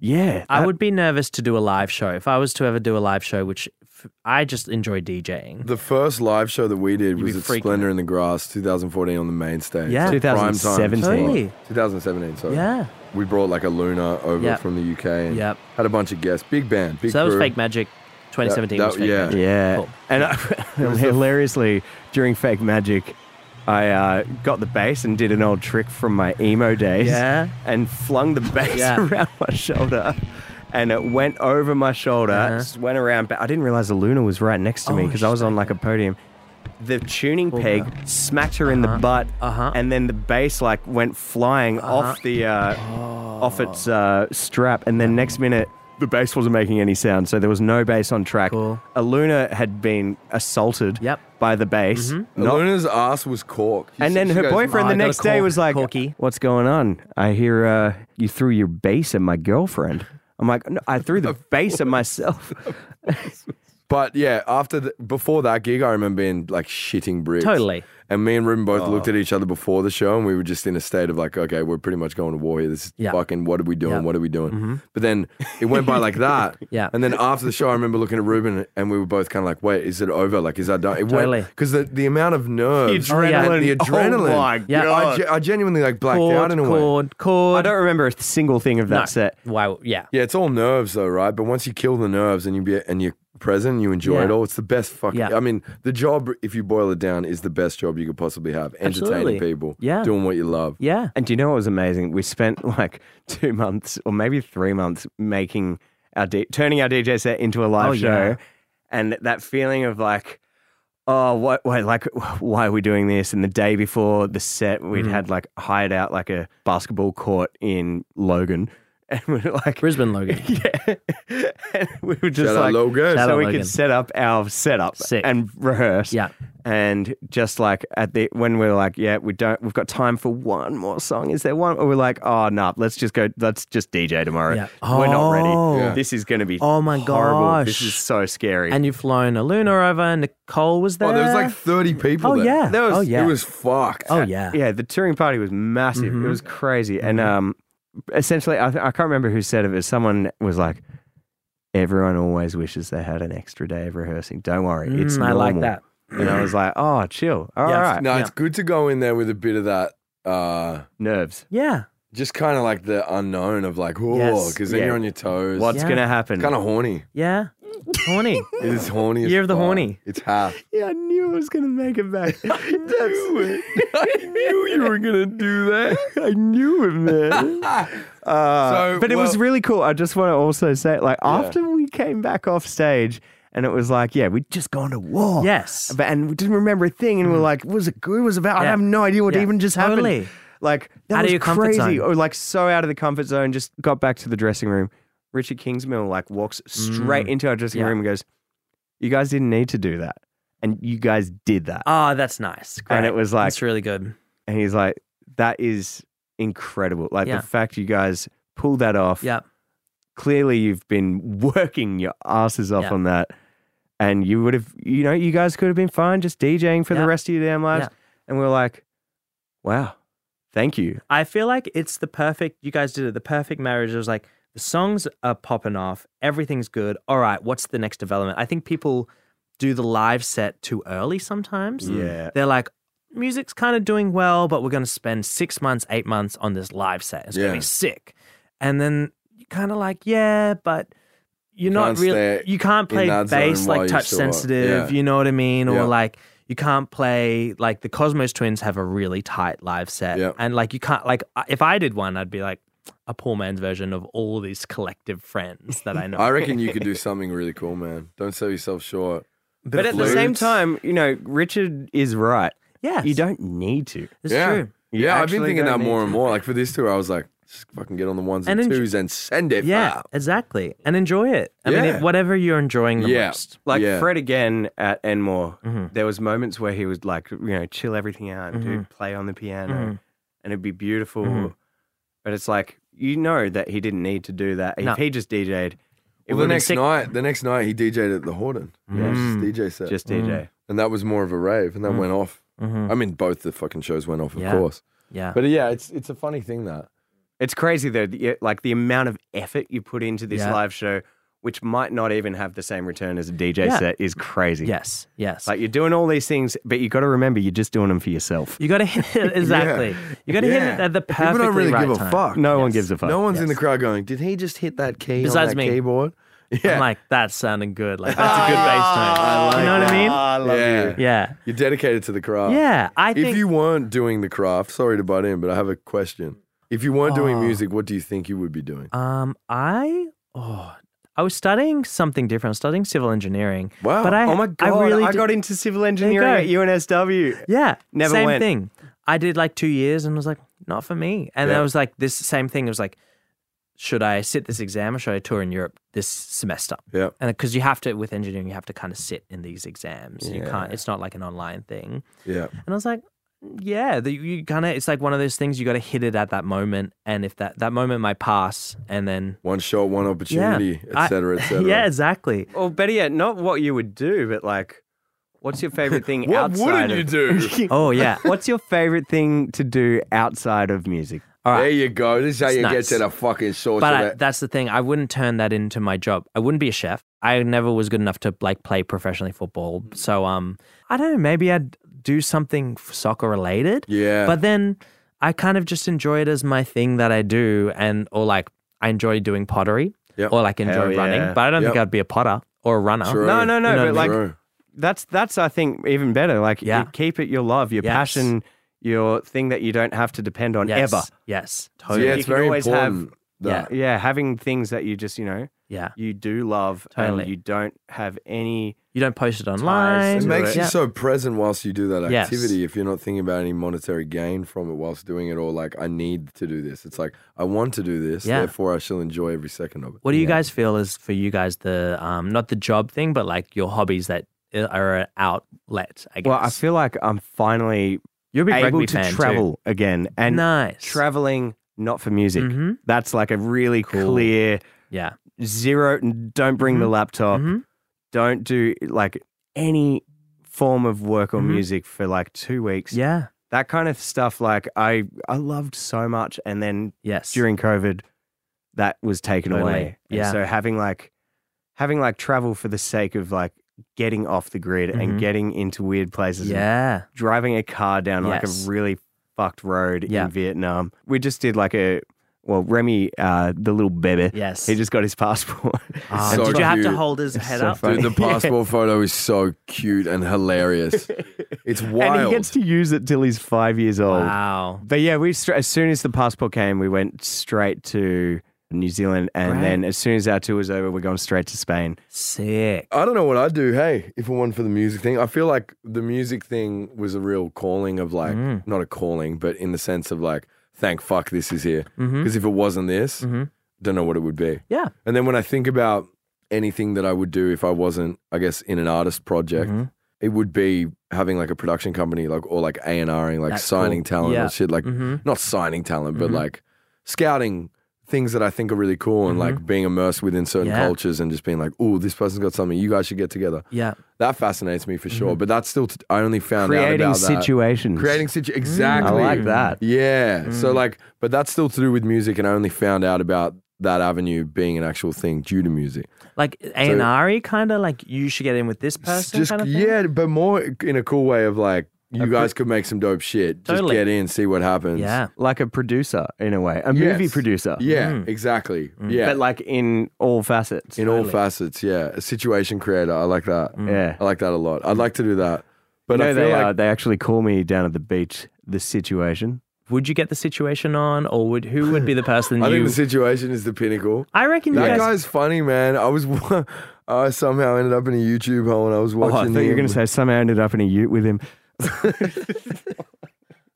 Speaker 2: yeah,
Speaker 6: I
Speaker 2: that-
Speaker 6: would be nervous to do a live show. If I was to ever do a live show, which f- I just enjoy DJing.
Speaker 3: The first live show that we did
Speaker 6: You'd
Speaker 3: was
Speaker 6: be
Speaker 3: at
Speaker 6: freaking
Speaker 3: Splendor in the Grass, 2014 on the main stage.
Speaker 6: Yeah.
Speaker 3: Prime time spot.
Speaker 2: 2017.
Speaker 6: Totally.
Speaker 3: 2017, sorry.
Speaker 6: Yeah.
Speaker 3: We brought like a Luna over
Speaker 6: Yep.
Speaker 3: from the UK and
Speaker 6: Yep.
Speaker 3: had a bunch of guests. Big band, big
Speaker 6: so that was
Speaker 3: crew.
Speaker 6: fake magic. 2017
Speaker 3: That-
Speaker 6: was
Speaker 3: that-
Speaker 6: fake
Speaker 3: yeah.
Speaker 6: magic.
Speaker 2: Yeah.
Speaker 6: Cool.
Speaker 2: And I, hilariously, during Fake Magic, I uh, got the bass and did an old trick from my emo days
Speaker 6: Yeah.
Speaker 2: and flung the bass
Speaker 6: Yeah.
Speaker 2: around my shoulder. And it went over my shoulder,
Speaker 6: Uh-huh.
Speaker 2: just went around. But I didn't realize the Luna was right next to me
Speaker 6: Oh,
Speaker 2: because I was on like a podium. The tuning peg smacked her in the butt,
Speaker 6: Uh-huh.
Speaker 2: and then the bass like went flying off the uh, off its uh, strap. And then next minute, the bass wasn't making any sound, so there was no bass on track.
Speaker 6: Cool.
Speaker 2: A Luna had been assaulted
Speaker 6: Yep.
Speaker 2: by the bass. Not-
Speaker 3: Luna's ass was corked. You
Speaker 2: and
Speaker 3: see-
Speaker 2: then
Speaker 3: she
Speaker 2: her
Speaker 3: goes,
Speaker 2: boyfriend
Speaker 6: "Oh, I
Speaker 2: the
Speaker 6: got a
Speaker 2: next day
Speaker 6: cork-
Speaker 2: was like,
Speaker 6: corky."
Speaker 2: "What's going on? I hear uh, you threw your bass at my girlfriend." I'm like, "No, I threw the bass at myself."
Speaker 3: But yeah, after the, before that gig, I remember being like shitting bricks.
Speaker 6: Totally. Oh.
Speaker 3: And me and Ruben both looked at each other before the show, and we were just in a state of like, okay, we're pretty much going to war here. This is
Speaker 6: Yeah.
Speaker 3: fucking what are we doing?
Speaker 6: Yeah. Mm-hmm.
Speaker 3: What are we doing? But then it went by like that.
Speaker 6: Yeah.
Speaker 3: And then after the show, I remember looking at Ruben, and we were both kind of like, wait, is it over? Like, is that done? It
Speaker 6: Totally.
Speaker 3: because the, the amount of nerves,
Speaker 2: Oh, yeah.
Speaker 3: and the
Speaker 2: Oh,
Speaker 3: adrenaline.
Speaker 2: my
Speaker 6: Yeah.
Speaker 3: I, ge- I genuinely like blacked out
Speaker 6: Chord,
Speaker 3: in a way.
Speaker 6: chord, chord.
Speaker 2: I don't remember a single thing of that
Speaker 6: No.
Speaker 2: set.
Speaker 6: Why? Yeah.
Speaker 3: Yeah, it's all nerves though, right? But once you kill the nerves and you be and you're present, you enjoy it
Speaker 6: Yeah.
Speaker 3: all. It's the best fucking.
Speaker 6: Yeah.
Speaker 3: I mean, the job, if you boil it down, is the best job you could possibly have. Entertaining
Speaker 6: Absolutely.
Speaker 3: people,
Speaker 6: Yeah.
Speaker 3: doing what you love.
Speaker 6: Yeah.
Speaker 2: And do you know what was amazing? We spent like two months or maybe three months making our D- turning our DJ set into a live
Speaker 6: Oh,
Speaker 2: show,
Speaker 6: yeah.
Speaker 2: and that feeling of like, oh, what, wait, like, why are we doing this? And the day before the set, we'd
Speaker 6: Mm.
Speaker 2: had like hired out like a basketball court in Logan, and we are like,
Speaker 6: Brisbane Logan.
Speaker 2: yeah, and we were just
Speaker 3: Shout out
Speaker 2: like,
Speaker 3: Logan.
Speaker 6: Shout
Speaker 2: so
Speaker 6: out
Speaker 2: we
Speaker 6: Logan.
Speaker 2: could set up our setup
Speaker 6: Sick.
Speaker 2: and rehearse.
Speaker 6: Yeah.
Speaker 2: And just like at the when we are like, yeah, we don't, we've got time for one more song. Is there one? Or we're like, oh no, let's just go, let's just DJ tomorrow.
Speaker 6: Yeah.
Speaker 2: We're not ready.
Speaker 3: Yeah.
Speaker 2: This is going to be
Speaker 6: Oh my
Speaker 2: horrible. This
Speaker 6: gosh.
Speaker 2: is so scary.
Speaker 6: And you've flown a Luna over. Nicole was there.
Speaker 3: Oh, there was like thirty people.
Speaker 6: Oh
Speaker 3: there.
Speaker 6: yeah.
Speaker 2: There was-
Speaker 6: oh yeah.
Speaker 3: It was fucked.
Speaker 6: oh yeah.
Speaker 2: yeah, the touring party was massive.
Speaker 3: Mm-hmm.
Speaker 2: It was crazy. And
Speaker 6: Mm-hmm.
Speaker 2: um, essentially, I, th- I can't remember who said it, but someone was like. Everyone always wishes they had an extra day of rehearsing. Don't worry, it's
Speaker 6: Mm, I
Speaker 2: normal.
Speaker 6: like that.
Speaker 2: And I was like, "Oh, chill, all right,
Speaker 6: Yeah.
Speaker 3: No, it's good to go in there with a bit of that. uh
Speaker 2: nerves.
Speaker 6: Yeah.
Speaker 3: just kind of like the unknown of like, oh,
Speaker 6: Yes.
Speaker 3: because then
Speaker 2: Yeah.
Speaker 3: you're on your toes.
Speaker 2: What's
Speaker 6: Yeah.
Speaker 2: gonna happen?
Speaker 3: It's kind of horny.
Speaker 6: Yeah. Horny.
Speaker 3: It is horny. as
Speaker 6: Year of the
Speaker 3: fuck.
Speaker 6: horny.
Speaker 3: It's half.
Speaker 2: yeah, I knew I was gonna make it back. That's
Speaker 3: I knew you were gonna do that.
Speaker 2: I knew it, man. Uh,
Speaker 3: So,
Speaker 2: but it was
Speaker 3: well-
Speaker 2: really cool. I just want to also say, like, after we came back off stage, and it was like, yeah, we'd just gone to war.
Speaker 6: Yes.
Speaker 2: But, and we didn't remember a thing, and we are like, was it good? Was it bad? I
Speaker 6: Yeah.
Speaker 2: have no idea what
Speaker 6: Yeah.
Speaker 2: even just happened.
Speaker 6: Totally.
Speaker 2: Like, that
Speaker 6: Out of
Speaker 2: was
Speaker 6: your comfort
Speaker 2: crazy.
Speaker 6: zone.
Speaker 2: Or, like, so out of the comfort zone, just got back to the dressing room. Richard Kingsmill, like, walks straight into our dressing
Speaker 6: Mm. Yeah.
Speaker 2: room and goes, You guys didn't need to do that. And you guys did that.
Speaker 6: Oh, that's nice. Great.
Speaker 2: And it was like-
Speaker 6: that's really good.
Speaker 2: and he's like, "That is incredible! Like
Speaker 6: Yeah.
Speaker 2: the fact you guys pulled that off.
Speaker 6: Yep.
Speaker 2: Clearly, you've been working your asses off
Speaker 6: Yeah.
Speaker 2: on that, and you would have, you know, you guys could have been fine just DJing for
Speaker 6: Yeah.
Speaker 2: the rest of your damn lives."
Speaker 6: Yeah.
Speaker 2: And we are like, "Wow, thank you."
Speaker 6: I feel like it's the perfect. You guys did it. The perfect marriage. It was like the songs are popping off. Everything's good. All right. What's the next development? I think people do the live set too early sometimes.
Speaker 2: Yeah.
Speaker 6: They're like, music's kind of doing well, but we're going to spend six months, eight months on this live set. It's going
Speaker 3: Yeah.
Speaker 6: to be sick. And then you're kind of like, yeah, but you're
Speaker 3: Can't
Speaker 6: not
Speaker 3: stay
Speaker 6: really. You can't
Speaker 3: in
Speaker 6: play
Speaker 3: that zone
Speaker 6: bass
Speaker 3: while
Speaker 6: like
Speaker 3: you
Speaker 6: touch
Speaker 3: still are.
Speaker 6: sensitive.
Speaker 3: Yeah.
Speaker 6: You know what I mean? Or
Speaker 3: Yeah.
Speaker 6: like. You can't play like the Cosmos Twins have a really tight live set,
Speaker 3: Yeah.
Speaker 6: and like you can't like I- if I did one, I'd be like a poor man's version of all these collective friends that I know.
Speaker 3: I reckon you could do something really cool, man. Don't sell yourself short.
Speaker 2: But at the same
Speaker 3: flutes.
Speaker 2: time, you know, Richard is right.
Speaker 6: Yes.
Speaker 2: You don't need to.
Speaker 6: It's
Speaker 3: yeah.
Speaker 6: true.
Speaker 2: You
Speaker 3: yeah, I've been
Speaker 2: actually
Speaker 3: thinking
Speaker 2: don't need
Speaker 3: that more
Speaker 2: to.
Speaker 3: and more. Like for this tour, I was like, just fucking get on the ones and,
Speaker 6: And enj-
Speaker 3: twos and send it.
Speaker 6: Yeah,
Speaker 3: fam.
Speaker 6: exactly. And enjoy it. I mean,
Speaker 3: Yeah.
Speaker 6: it, whatever you're enjoying the
Speaker 3: Yeah.
Speaker 6: most.
Speaker 2: Like
Speaker 3: Yeah. Mm-hmm.
Speaker 2: Fred again at Enmore, there was moments where he would like, you know, chill everything out and do play on the piano
Speaker 3: Mm-hmm.
Speaker 2: and it'd be beautiful. But it's like, you know that he didn't need to do that.
Speaker 6: No.
Speaker 2: If he just DJ'd, it
Speaker 3: Well, the
Speaker 2: would
Speaker 3: next
Speaker 2: next sick,
Speaker 3: night, the next night he DJ'd at the Horden. Yeah, just
Speaker 6: Mm.
Speaker 3: DJ set,
Speaker 2: just DJ.
Speaker 3: and that was more of a rave, and that went off.
Speaker 6: Mhm.
Speaker 3: I mean, both the fucking shows went off, of
Speaker 6: Yeah.
Speaker 3: course.
Speaker 6: Yeah.
Speaker 3: But yeah, it's it's a funny thing that.
Speaker 2: It's crazy though, the- like the amount of effort you put into this
Speaker 6: Yeah.
Speaker 2: live show, which might not even have the same return as a DJ
Speaker 6: Yeah.
Speaker 2: set, is crazy.
Speaker 6: yes. Yes.
Speaker 2: Like you're doing all these things, but you got to remember you're just doing them for yourself.
Speaker 6: you got to hit it exactly. You got to hit it
Speaker 3: Yeah.
Speaker 6: at the
Speaker 3: If people
Speaker 6: perfectly
Speaker 3: don't really
Speaker 6: right
Speaker 3: give a
Speaker 6: time.
Speaker 3: fuck.
Speaker 2: No one
Speaker 6: Yes.
Speaker 2: gives a fuck.
Speaker 3: No one's in
Speaker 6: Yes.
Speaker 3: the crowd going, "Did he just hit that key
Speaker 6: Besides
Speaker 3: on that
Speaker 6: me.
Speaker 3: keyboard?"
Speaker 6: I'm
Speaker 3: Yeah, Ah,
Speaker 6: like, that's sounding good. Like that's a good bass tone. you know what I mean?
Speaker 2: I love
Speaker 3: yeah.
Speaker 2: you.
Speaker 6: Yeah.
Speaker 3: You're dedicated to the craft.
Speaker 6: Yeah. I
Speaker 3: Uh, If
Speaker 6: think
Speaker 3: you weren't doing the craft, sorry to butt in, but I have a question. If you weren't
Speaker 6: Oh.
Speaker 3: doing music, what do you think you would be doing?
Speaker 6: um I oh I was studying something different. I was studying civil engineering.
Speaker 3: Wow.
Speaker 6: But I
Speaker 2: Oh my god!
Speaker 6: I
Speaker 2: I,
Speaker 6: really did-
Speaker 2: got into civil engineering at
Speaker 6: go.
Speaker 2: UNSW.
Speaker 6: Yeah.
Speaker 2: Never
Speaker 6: same
Speaker 2: went.
Speaker 6: thing. I did like two years and was like, not for me. And
Speaker 3: Yeah.
Speaker 6: I was like, this same thing. It was like, should I sit this exam or should I tour in Europe this semester?
Speaker 3: Yeah.
Speaker 6: And because you have to, with engineering, you have to kind of sit in these exams. You can't, it's not like an online thing.
Speaker 3: Yeah.
Speaker 6: And I was like, yeah, the, you kind of, it's like one of those things you got to hit it at that moment. And if that, that moment might pass and then,
Speaker 3: One shot, one opportunity,
Speaker 6: I-
Speaker 3: et cetera, et cetera.
Speaker 6: yeah, exactly.
Speaker 2: Or better yet, not what you would do, but like, what's your favorite thing
Speaker 3: What
Speaker 2: outside?
Speaker 3: wouldn't
Speaker 2: of-
Speaker 3: you do?
Speaker 6: Oh, yeah.
Speaker 2: What's your favorite thing to do outside of music?
Speaker 6: All right.
Speaker 3: There you go. This is how
Speaker 6: It's
Speaker 3: you get
Speaker 6: nice.
Speaker 3: to the fucking source
Speaker 6: but
Speaker 3: of
Speaker 6: I,
Speaker 3: it.
Speaker 6: that's the thing. I wouldn't turn that into my job. I wouldn't be a chef. I never was good enough to like play professionally football.
Speaker 3: Mm.
Speaker 6: So um, I don't know. Maybe I'd do something f- soccer related.
Speaker 3: yeah.
Speaker 6: But then I kind of just enjoy it as my thing that I do, and or like I enjoy doing pottery,
Speaker 3: Yep.
Speaker 6: or like enjoy
Speaker 2: Hell
Speaker 6: running.
Speaker 2: yeah.
Speaker 6: But I don't think
Speaker 3: Yep.
Speaker 6: I'd be a potter or a runner.
Speaker 3: True.
Speaker 2: No, no, no.
Speaker 6: No,
Speaker 2: but like,
Speaker 3: True.
Speaker 2: that's that's I think even better. Like,
Speaker 6: Yeah.
Speaker 2: you keep it your love, your
Speaker 6: Yes.
Speaker 2: passion, your thing that you don't have to depend on
Speaker 6: Yes.
Speaker 2: ever.
Speaker 6: Yes.
Speaker 3: So
Speaker 6: Totally.
Speaker 3: yeah,
Speaker 2: you
Speaker 3: it's
Speaker 2: can
Speaker 3: very
Speaker 2: always have-
Speaker 3: important. that-
Speaker 2: Yeah, having things that you just you know
Speaker 6: Yeah.
Speaker 2: you do love
Speaker 6: Totally.
Speaker 2: and you don't have any.
Speaker 6: You don't post it
Speaker 2: Ties
Speaker 6: online.
Speaker 3: It
Speaker 2: to
Speaker 3: makes you
Speaker 6: Yeah.
Speaker 3: so present whilst you do that
Speaker 6: Yes.
Speaker 3: activity if you're not thinking about any monetary gain from it whilst doing it or like, I need to do this. It's like, I want to do this,
Speaker 6: Yeah.
Speaker 3: therefore I shall enjoy every second of it.
Speaker 6: What do you guys feel is for you guys the um not the job thing, but like your hobbies that i- are an outlet? I guess.
Speaker 2: Well, I feel like I'm finally
Speaker 6: you're a big
Speaker 2: able
Speaker 6: rugby
Speaker 2: to
Speaker 6: fan too.
Speaker 2: travel again and
Speaker 6: nice
Speaker 2: traveling not for music.
Speaker 6: Mhm.
Speaker 2: That's like a really
Speaker 6: Cool.
Speaker 2: clear
Speaker 6: Yeah,
Speaker 2: zero. Don't bring the laptop.
Speaker 6: Mhm.
Speaker 2: Don't do like any form of work or
Speaker 6: Mhm.
Speaker 2: music for like two weeks.
Speaker 6: yeah,
Speaker 2: That kind of stuff. Like I, I loved so much, and then
Speaker 6: yes.
Speaker 2: during COVID, that was taken
Speaker 6: Totally.
Speaker 2: away. And
Speaker 6: Yeah.
Speaker 2: So having like, having like travel for the sake of like getting off the grid
Speaker 6: Mhm.
Speaker 2: and getting into weird places. and
Speaker 6: yeah,
Speaker 2: driving a car down like
Speaker 6: Yes.
Speaker 2: a really fucked road
Speaker 6: Yeah.
Speaker 2: in Vietnam. We just did like a well, Remy, uh, the little baby,
Speaker 6: yes.
Speaker 2: he just got his passport.
Speaker 6: Ah,
Speaker 3: So
Speaker 6: did you have to
Speaker 3: cute.
Speaker 6: hold his
Speaker 2: It's
Speaker 6: head
Speaker 2: so
Speaker 6: up?
Speaker 2: funny.
Speaker 3: Dude, the passport photo is so cute and hilarious. It's wild.
Speaker 2: And he gets to use it till he's five years old.
Speaker 6: Wow.
Speaker 2: But yeah, we stra- as soon as the passport came, we went straight to New Zealand, and
Speaker 6: Great.
Speaker 2: then as soon as our tour was over, we're going straight to Spain.
Speaker 6: Sick.
Speaker 3: I don't know what I'd do, hey, if it weren't for the music thing. I feel like the music thing was a real calling of like,
Speaker 6: Mm.
Speaker 3: not a calling, but in the sense of like, thank fuck this is here.
Speaker 6: hmm
Speaker 3: Because if it wasn't this,
Speaker 6: hmm
Speaker 3: don't know what it would be.
Speaker 6: Yeah.
Speaker 3: And then when I think about anything that I would do if I wasn't, I guess, in an artist project,
Speaker 6: Mhm.
Speaker 3: it would be having like a production company, like or like A and Ring, like
Speaker 6: That's
Speaker 3: signing
Speaker 6: cool.
Speaker 3: talent
Speaker 6: Yeah.
Speaker 3: or shit, like
Speaker 6: Mhm.
Speaker 3: not signing talent, but
Speaker 6: Mhm.
Speaker 3: like scouting things that I think are really cool and like being immersed within certain
Speaker 6: Yeah.
Speaker 3: cultures and just being like, oh, this person's got something. You guys should get together.
Speaker 6: Yeah.
Speaker 3: That fascinates me for sure. But that's still t- I only found out
Speaker 2: Creating
Speaker 3: about that.
Speaker 2: situations.
Speaker 3: Creating situ exactly.
Speaker 2: I like that.
Speaker 3: Yeah. So like, but that's still to do with music, and I only found out about that avenue being an actual thing due to music.
Speaker 6: Like A and R kind of like you should get in with this
Speaker 3: S-
Speaker 6: person.
Speaker 3: just
Speaker 6: kind of thing?
Speaker 3: yeah, but more in a cool way of like, you guys could make some dope shit.
Speaker 6: Totally.
Speaker 3: Just get in, see what happens.
Speaker 6: Yeah.
Speaker 2: Like a producer in a way, a
Speaker 3: Yes.
Speaker 2: movie producer.
Speaker 3: Yeah. Exactly. Yeah.
Speaker 2: But like in all facets.
Speaker 3: in all facets, yeah. A situation creator. I like that.
Speaker 2: Yeah.
Speaker 3: I like that a lot. I'd like to do that. But
Speaker 2: no,
Speaker 3: I feel
Speaker 2: Mm. they
Speaker 3: like
Speaker 2: are. They actually call me down at the beach. The situation.
Speaker 6: Would you get the situation on, or would who would be the person
Speaker 3: I
Speaker 6: you?
Speaker 3: think the situation is the pinnacle.
Speaker 6: I reckon you
Speaker 3: That
Speaker 6: guys.
Speaker 3: guy's funny, man. I was I somehow ended up in a YouTube hole and I was
Speaker 2: Oh, I
Speaker 3: watching
Speaker 2: thought you were
Speaker 3: him.
Speaker 2: going to say somehow ended up in a ute with him.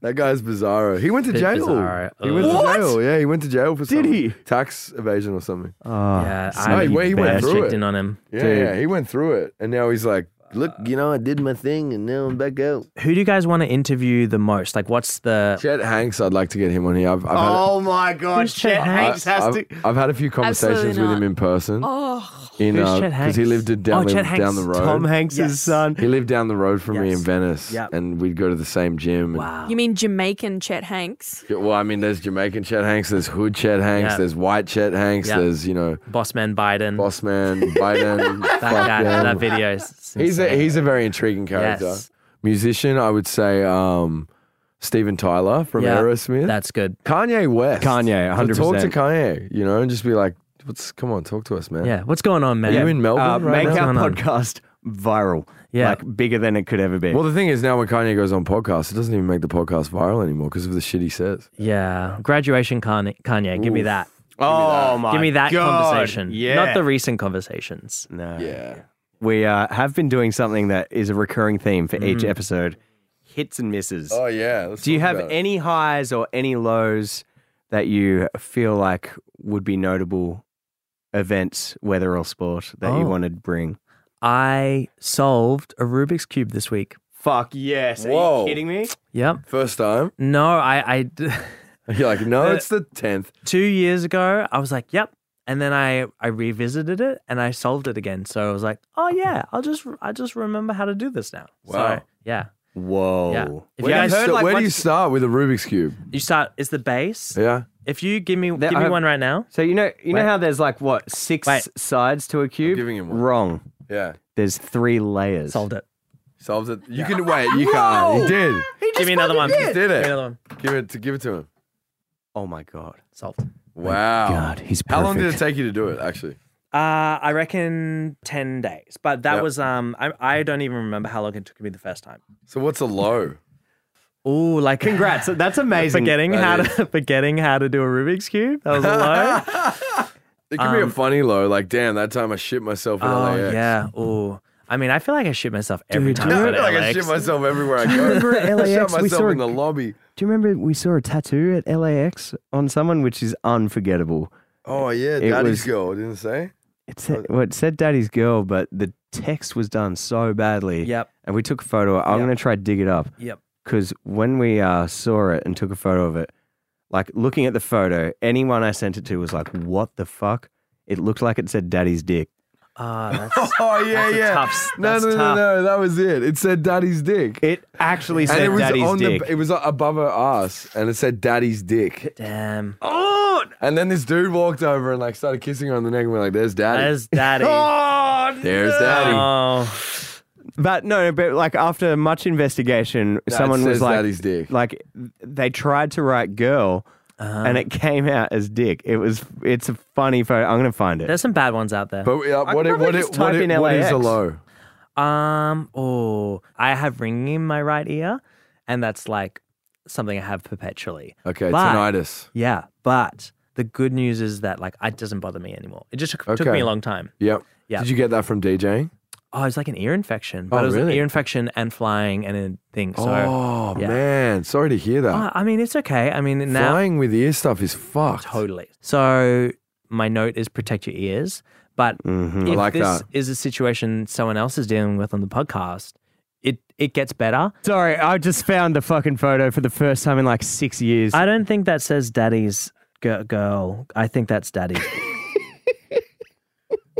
Speaker 3: That guy's bizarro. He went to
Speaker 6: Bit
Speaker 3: jail.
Speaker 6: bizarro.
Speaker 3: He went
Speaker 6: What?
Speaker 3: to jail. Yeah, he went to jail for
Speaker 2: Did
Speaker 3: something.
Speaker 2: he?
Speaker 3: tax evasion or something.
Speaker 2: Oh.
Speaker 6: yeah,
Speaker 3: No, he- he went
Speaker 6: I
Speaker 3: through
Speaker 6: checked
Speaker 3: it.
Speaker 6: in on him.
Speaker 3: Yeah,
Speaker 2: Dude.
Speaker 3: yeah, he went through it, and now he's like, look, you know, I did my thing, and now I'm back out.
Speaker 6: Who do you guys want to interview the most? Like, what's
Speaker 2: Uh,
Speaker 6: the
Speaker 3: Chet Hanks, I'd like to get him on here. I've, I've had,
Speaker 2: Oh, my God,
Speaker 6: Who's Chet
Speaker 3: I-
Speaker 6: Hanks
Speaker 3: I've, I've had a few conversations
Speaker 5: Absolutely
Speaker 3: with him
Speaker 5: not.
Speaker 3: in person.
Speaker 5: Oh,
Speaker 3: in
Speaker 6: Who's
Speaker 3: uh,
Speaker 6: Chet Hanks?
Speaker 3: he lived in- down,
Speaker 6: Oh,
Speaker 3: the,
Speaker 6: Chet Hanks,
Speaker 3: down the road.
Speaker 2: Tom Hanks'
Speaker 6: Yes.
Speaker 2: son.
Speaker 3: He lived down the road from me in
Speaker 6: Yes.
Speaker 3: Venice,
Speaker 6: Yep.
Speaker 3: and we'd go to the same gym. and-
Speaker 6: wow?
Speaker 5: you mean Jamaican Chet Hanks?
Speaker 3: Yeah, Well, I mean, there's Jamaican Chet Hanks, there's Hood Chet Hanks,
Speaker 6: Yeah.
Speaker 3: there's White Chet Hanks,
Speaker 6: Yeah.
Speaker 3: there's you know
Speaker 6: Bossman Biden.
Speaker 3: Boss Man, Biden. fuck
Speaker 6: that, that,
Speaker 3: yeah.
Speaker 6: that video. Is
Speaker 3: he's a
Speaker 6: insane.
Speaker 3: he's a very intriguing character.
Speaker 6: Yes.
Speaker 3: Musician, I would say um, Steven Tyler from
Speaker 6: Yeah.
Speaker 3: Aerosmith.
Speaker 6: That's good.
Speaker 3: Kanye West.
Speaker 2: Kanye,
Speaker 3: So talk to
Speaker 2: 100%.
Speaker 3: Kanye, you know, and just be like, "What's come on, talk to us, man."
Speaker 6: Yeah. What's going on, man?
Speaker 3: Are you in Melbourne
Speaker 2: Uh,
Speaker 3: right
Speaker 2: make
Speaker 3: now?
Speaker 6: What's
Speaker 2: our
Speaker 6: going on?
Speaker 2: podcast viral.
Speaker 6: Yeah.
Speaker 2: Like bigger than it could ever be.
Speaker 3: Well, the thing is, now when Kanye goes on podcasts, it doesn't even make the podcast viral anymore because of the shit he says.
Speaker 6: Yeah. Graduation Kanye. Kanye give me
Speaker 3: Oof.
Speaker 6: that.
Speaker 2: oh my
Speaker 6: Give me that
Speaker 2: God.
Speaker 6: conversation.
Speaker 2: Yeah.
Speaker 6: Not the recent conversations.
Speaker 2: no.
Speaker 3: Yeah.
Speaker 2: We uh, have been doing something that is a recurring theme for
Speaker 6: Mm-hmm.
Speaker 2: each episode hits and misses.
Speaker 3: Oh yeah. Let's
Speaker 2: Do you
Speaker 3: talk
Speaker 2: have
Speaker 3: about it.
Speaker 2: any highs or any lows that you feel like would be notable events, weather or sport, that you
Speaker 6: Oh.
Speaker 2: want to bring?
Speaker 6: I solved a Rubik's Cube this week.
Speaker 2: Fuck yes.
Speaker 3: Are you Whoa. kidding
Speaker 2: me?
Speaker 6: Yep.
Speaker 3: first time?
Speaker 6: No, I, I d-
Speaker 3: You're like, no,
Speaker 6: The-
Speaker 3: it's the tenth.
Speaker 6: two years ago, I was like, yep. And then I, I revisited it and I solved it again. So I was like, oh yeah, I'll just I just remember how to do this now.
Speaker 3: Wow.
Speaker 6: So, yeah.
Speaker 2: Whoa.
Speaker 6: Yeah. If
Speaker 3: Where,
Speaker 6: you
Speaker 3: do you,
Speaker 6: guys
Speaker 3: sta-
Speaker 6: like,
Speaker 3: where do you
Speaker 6: once-
Speaker 3: start with a Rubik's cube?
Speaker 6: you start it's the base.
Speaker 3: Yeah.
Speaker 6: If you give me
Speaker 2: There-
Speaker 6: give
Speaker 2: I
Speaker 6: me
Speaker 2: have-
Speaker 6: one right now.
Speaker 2: So you know you
Speaker 6: Wait.
Speaker 2: know how there's like what six
Speaker 6: Wait.
Speaker 2: sides to a cube?
Speaker 3: giving him one.
Speaker 2: Wrong.
Speaker 3: Yeah.
Speaker 2: There's three layers.
Speaker 6: Solved it.
Speaker 3: Solves it. You can wait. You can't. He did.
Speaker 6: Give me another one.
Speaker 3: did. Did it.
Speaker 6: Give me another one.
Speaker 3: Give it. To, give it to him.
Speaker 2: Oh my god.
Speaker 6: Solved.
Speaker 3: Wow.
Speaker 2: God, he's perfect.
Speaker 3: How long did it take you to do it? Actually,
Speaker 6: Uh, I reckon ten days, but that
Speaker 3: Yep.
Speaker 6: was um, I, I don't even remember how long it took me the first time.
Speaker 3: so what's a low?
Speaker 6: Ooh, like
Speaker 2: Congrats. That's amazing.
Speaker 6: forgetting
Speaker 3: That
Speaker 6: how to forgetting how to do a Rubik's cube. That was a low.
Speaker 3: It could be a
Speaker 6: Um,
Speaker 3: funny low. Like, damn, that time I shit myself in
Speaker 6: oh
Speaker 3: LAX.
Speaker 6: yeah. Ooh, I mean, I feel like I shit myself every
Speaker 2: Dude,
Speaker 6: time.
Speaker 3: No, I
Speaker 6: I go
Speaker 3: feel
Speaker 6: to
Speaker 3: like I
Speaker 6: LAX.
Speaker 3: shit myself everywhere I go.
Speaker 2: remember at
Speaker 3: I shot
Speaker 2: LAX? We saw
Speaker 3: myself
Speaker 2: a-
Speaker 3: in the lobby.
Speaker 2: Do you remember we saw a tattoo at LAX on someone which is unforgettable?
Speaker 3: Oh yeah,
Speaker 2: It
Speaker 3: daddy's
Speaker 2: was-
Speaker 3: girl. Didn't it say.
Speaker 2: It said,
Speaker 3: Oh.
Speaker 2: well, it said daddy's girl, but the text was done so badly.
Speaker 6: Yep.
Speaker 2: And we took a photo. I'm
Speaker 6: Yep.
Speaker 2: going to try to dig it up
Speaker 6: Yep.
Speaker 2: because when we uh, saw it and took a photo of it, like looking at the photo, anyone I sent it to was like, what the fuck? It looked like it said daddy's dick.
Speaker 6: Ah, that's
Speaker 3: Oh yeah,
Speaker 6: That's a
Speaker 3: yeah.
Speaker 6: tough s-
Speaker 3: no,
Speaker 6: that's
Speaker 3: no,
Speaker 6: tough.
Speaker 3: no, no. That was it. It said daddy's dick.
Speaker 2: It actually
Speaker 3: and
Speaker 2: said
Speaker 3: it was
Speaker 2: daddy's
Speaker 3: on
Speaker 2: dick.
Speaker 3: the it was like above her ass and it said daddy's dick.
Speaker 6: damn.
Speaker 2: oh,
Speaker 3: And then this dude walked over and like started kissing her on the neck and we're like, There's daddy.
Speaker 6: As daddy.
Speaker 2: oh,
Speaker 3: There's daddy.
Speaker 6: Oh,
Speaker 2: But no, but like after much investigation,
Speaker 3: That
Speaker 2: someone was
Speaker 3: says
Speaker 2: like,
Speaker 3: daddy's dick.
Speaker 2: like they tried to write girl and it came out as dick. It was it's a funny photo. I'm gonna find it.
Speaker 6: there's some bad ones out there.
Speaker 3: But uh,
Speaker 2: could
Speaker 3: what it,
Speaker 2: probably
Speaker 3: what
Speaker 2: just
Speaker 3: it, what
Speaker 2: type
Speaker 3: it,
Speaker 2: in
Speaker 3: what is a
Speaker 2: LAX.
Speaker 3: low?
Speaker 6: Um, oh, I have ringing in my right ear, and that's like something I have perpetually.
Speaker 3: Okay,
Speaker 6: But-
Speaker 3: tinnitus.
Speaker 6: Yeah, but the good news is that like it doesn't bother me anymore. It just took, took
Speaker 3: Okay.
Speaker 6: me a long time.
Speaker 3: Yep.
Speaker 6: Yeah.
Speaker 3: Did you get that from DJing?
Speaker 6: Oh, it's like an ear infection,
Speaker 3: Oh,
Speaker 6: but it was
Speaker 3: really?
Speaker 6: an ear infection and flying and a thing. So,
Speaker 3: oh
Speaker 6: yeah.
Speaker 3: man, sorry to hear that.
Speaker 6: Oh, I mean, it's okay. I mean, now
Speaker 3: Flying with ear stuff is fucked.
Speaker 6: totally. So my note is protect your ears, but
Speaker 2: Mhm.
Speaker 6: if
Speaker 3: Mm-hmm, like
Speaker 6: this
Speaker 3: that.
Speaker 6: is a situation someone else is dealing with on the podcast, it it gets better.
Speaker 2: Sorry, I just found the fucking photo for the first time in like six years.
Speaker 6: I don't think that says daddy's gi- girl. I think that's daddy.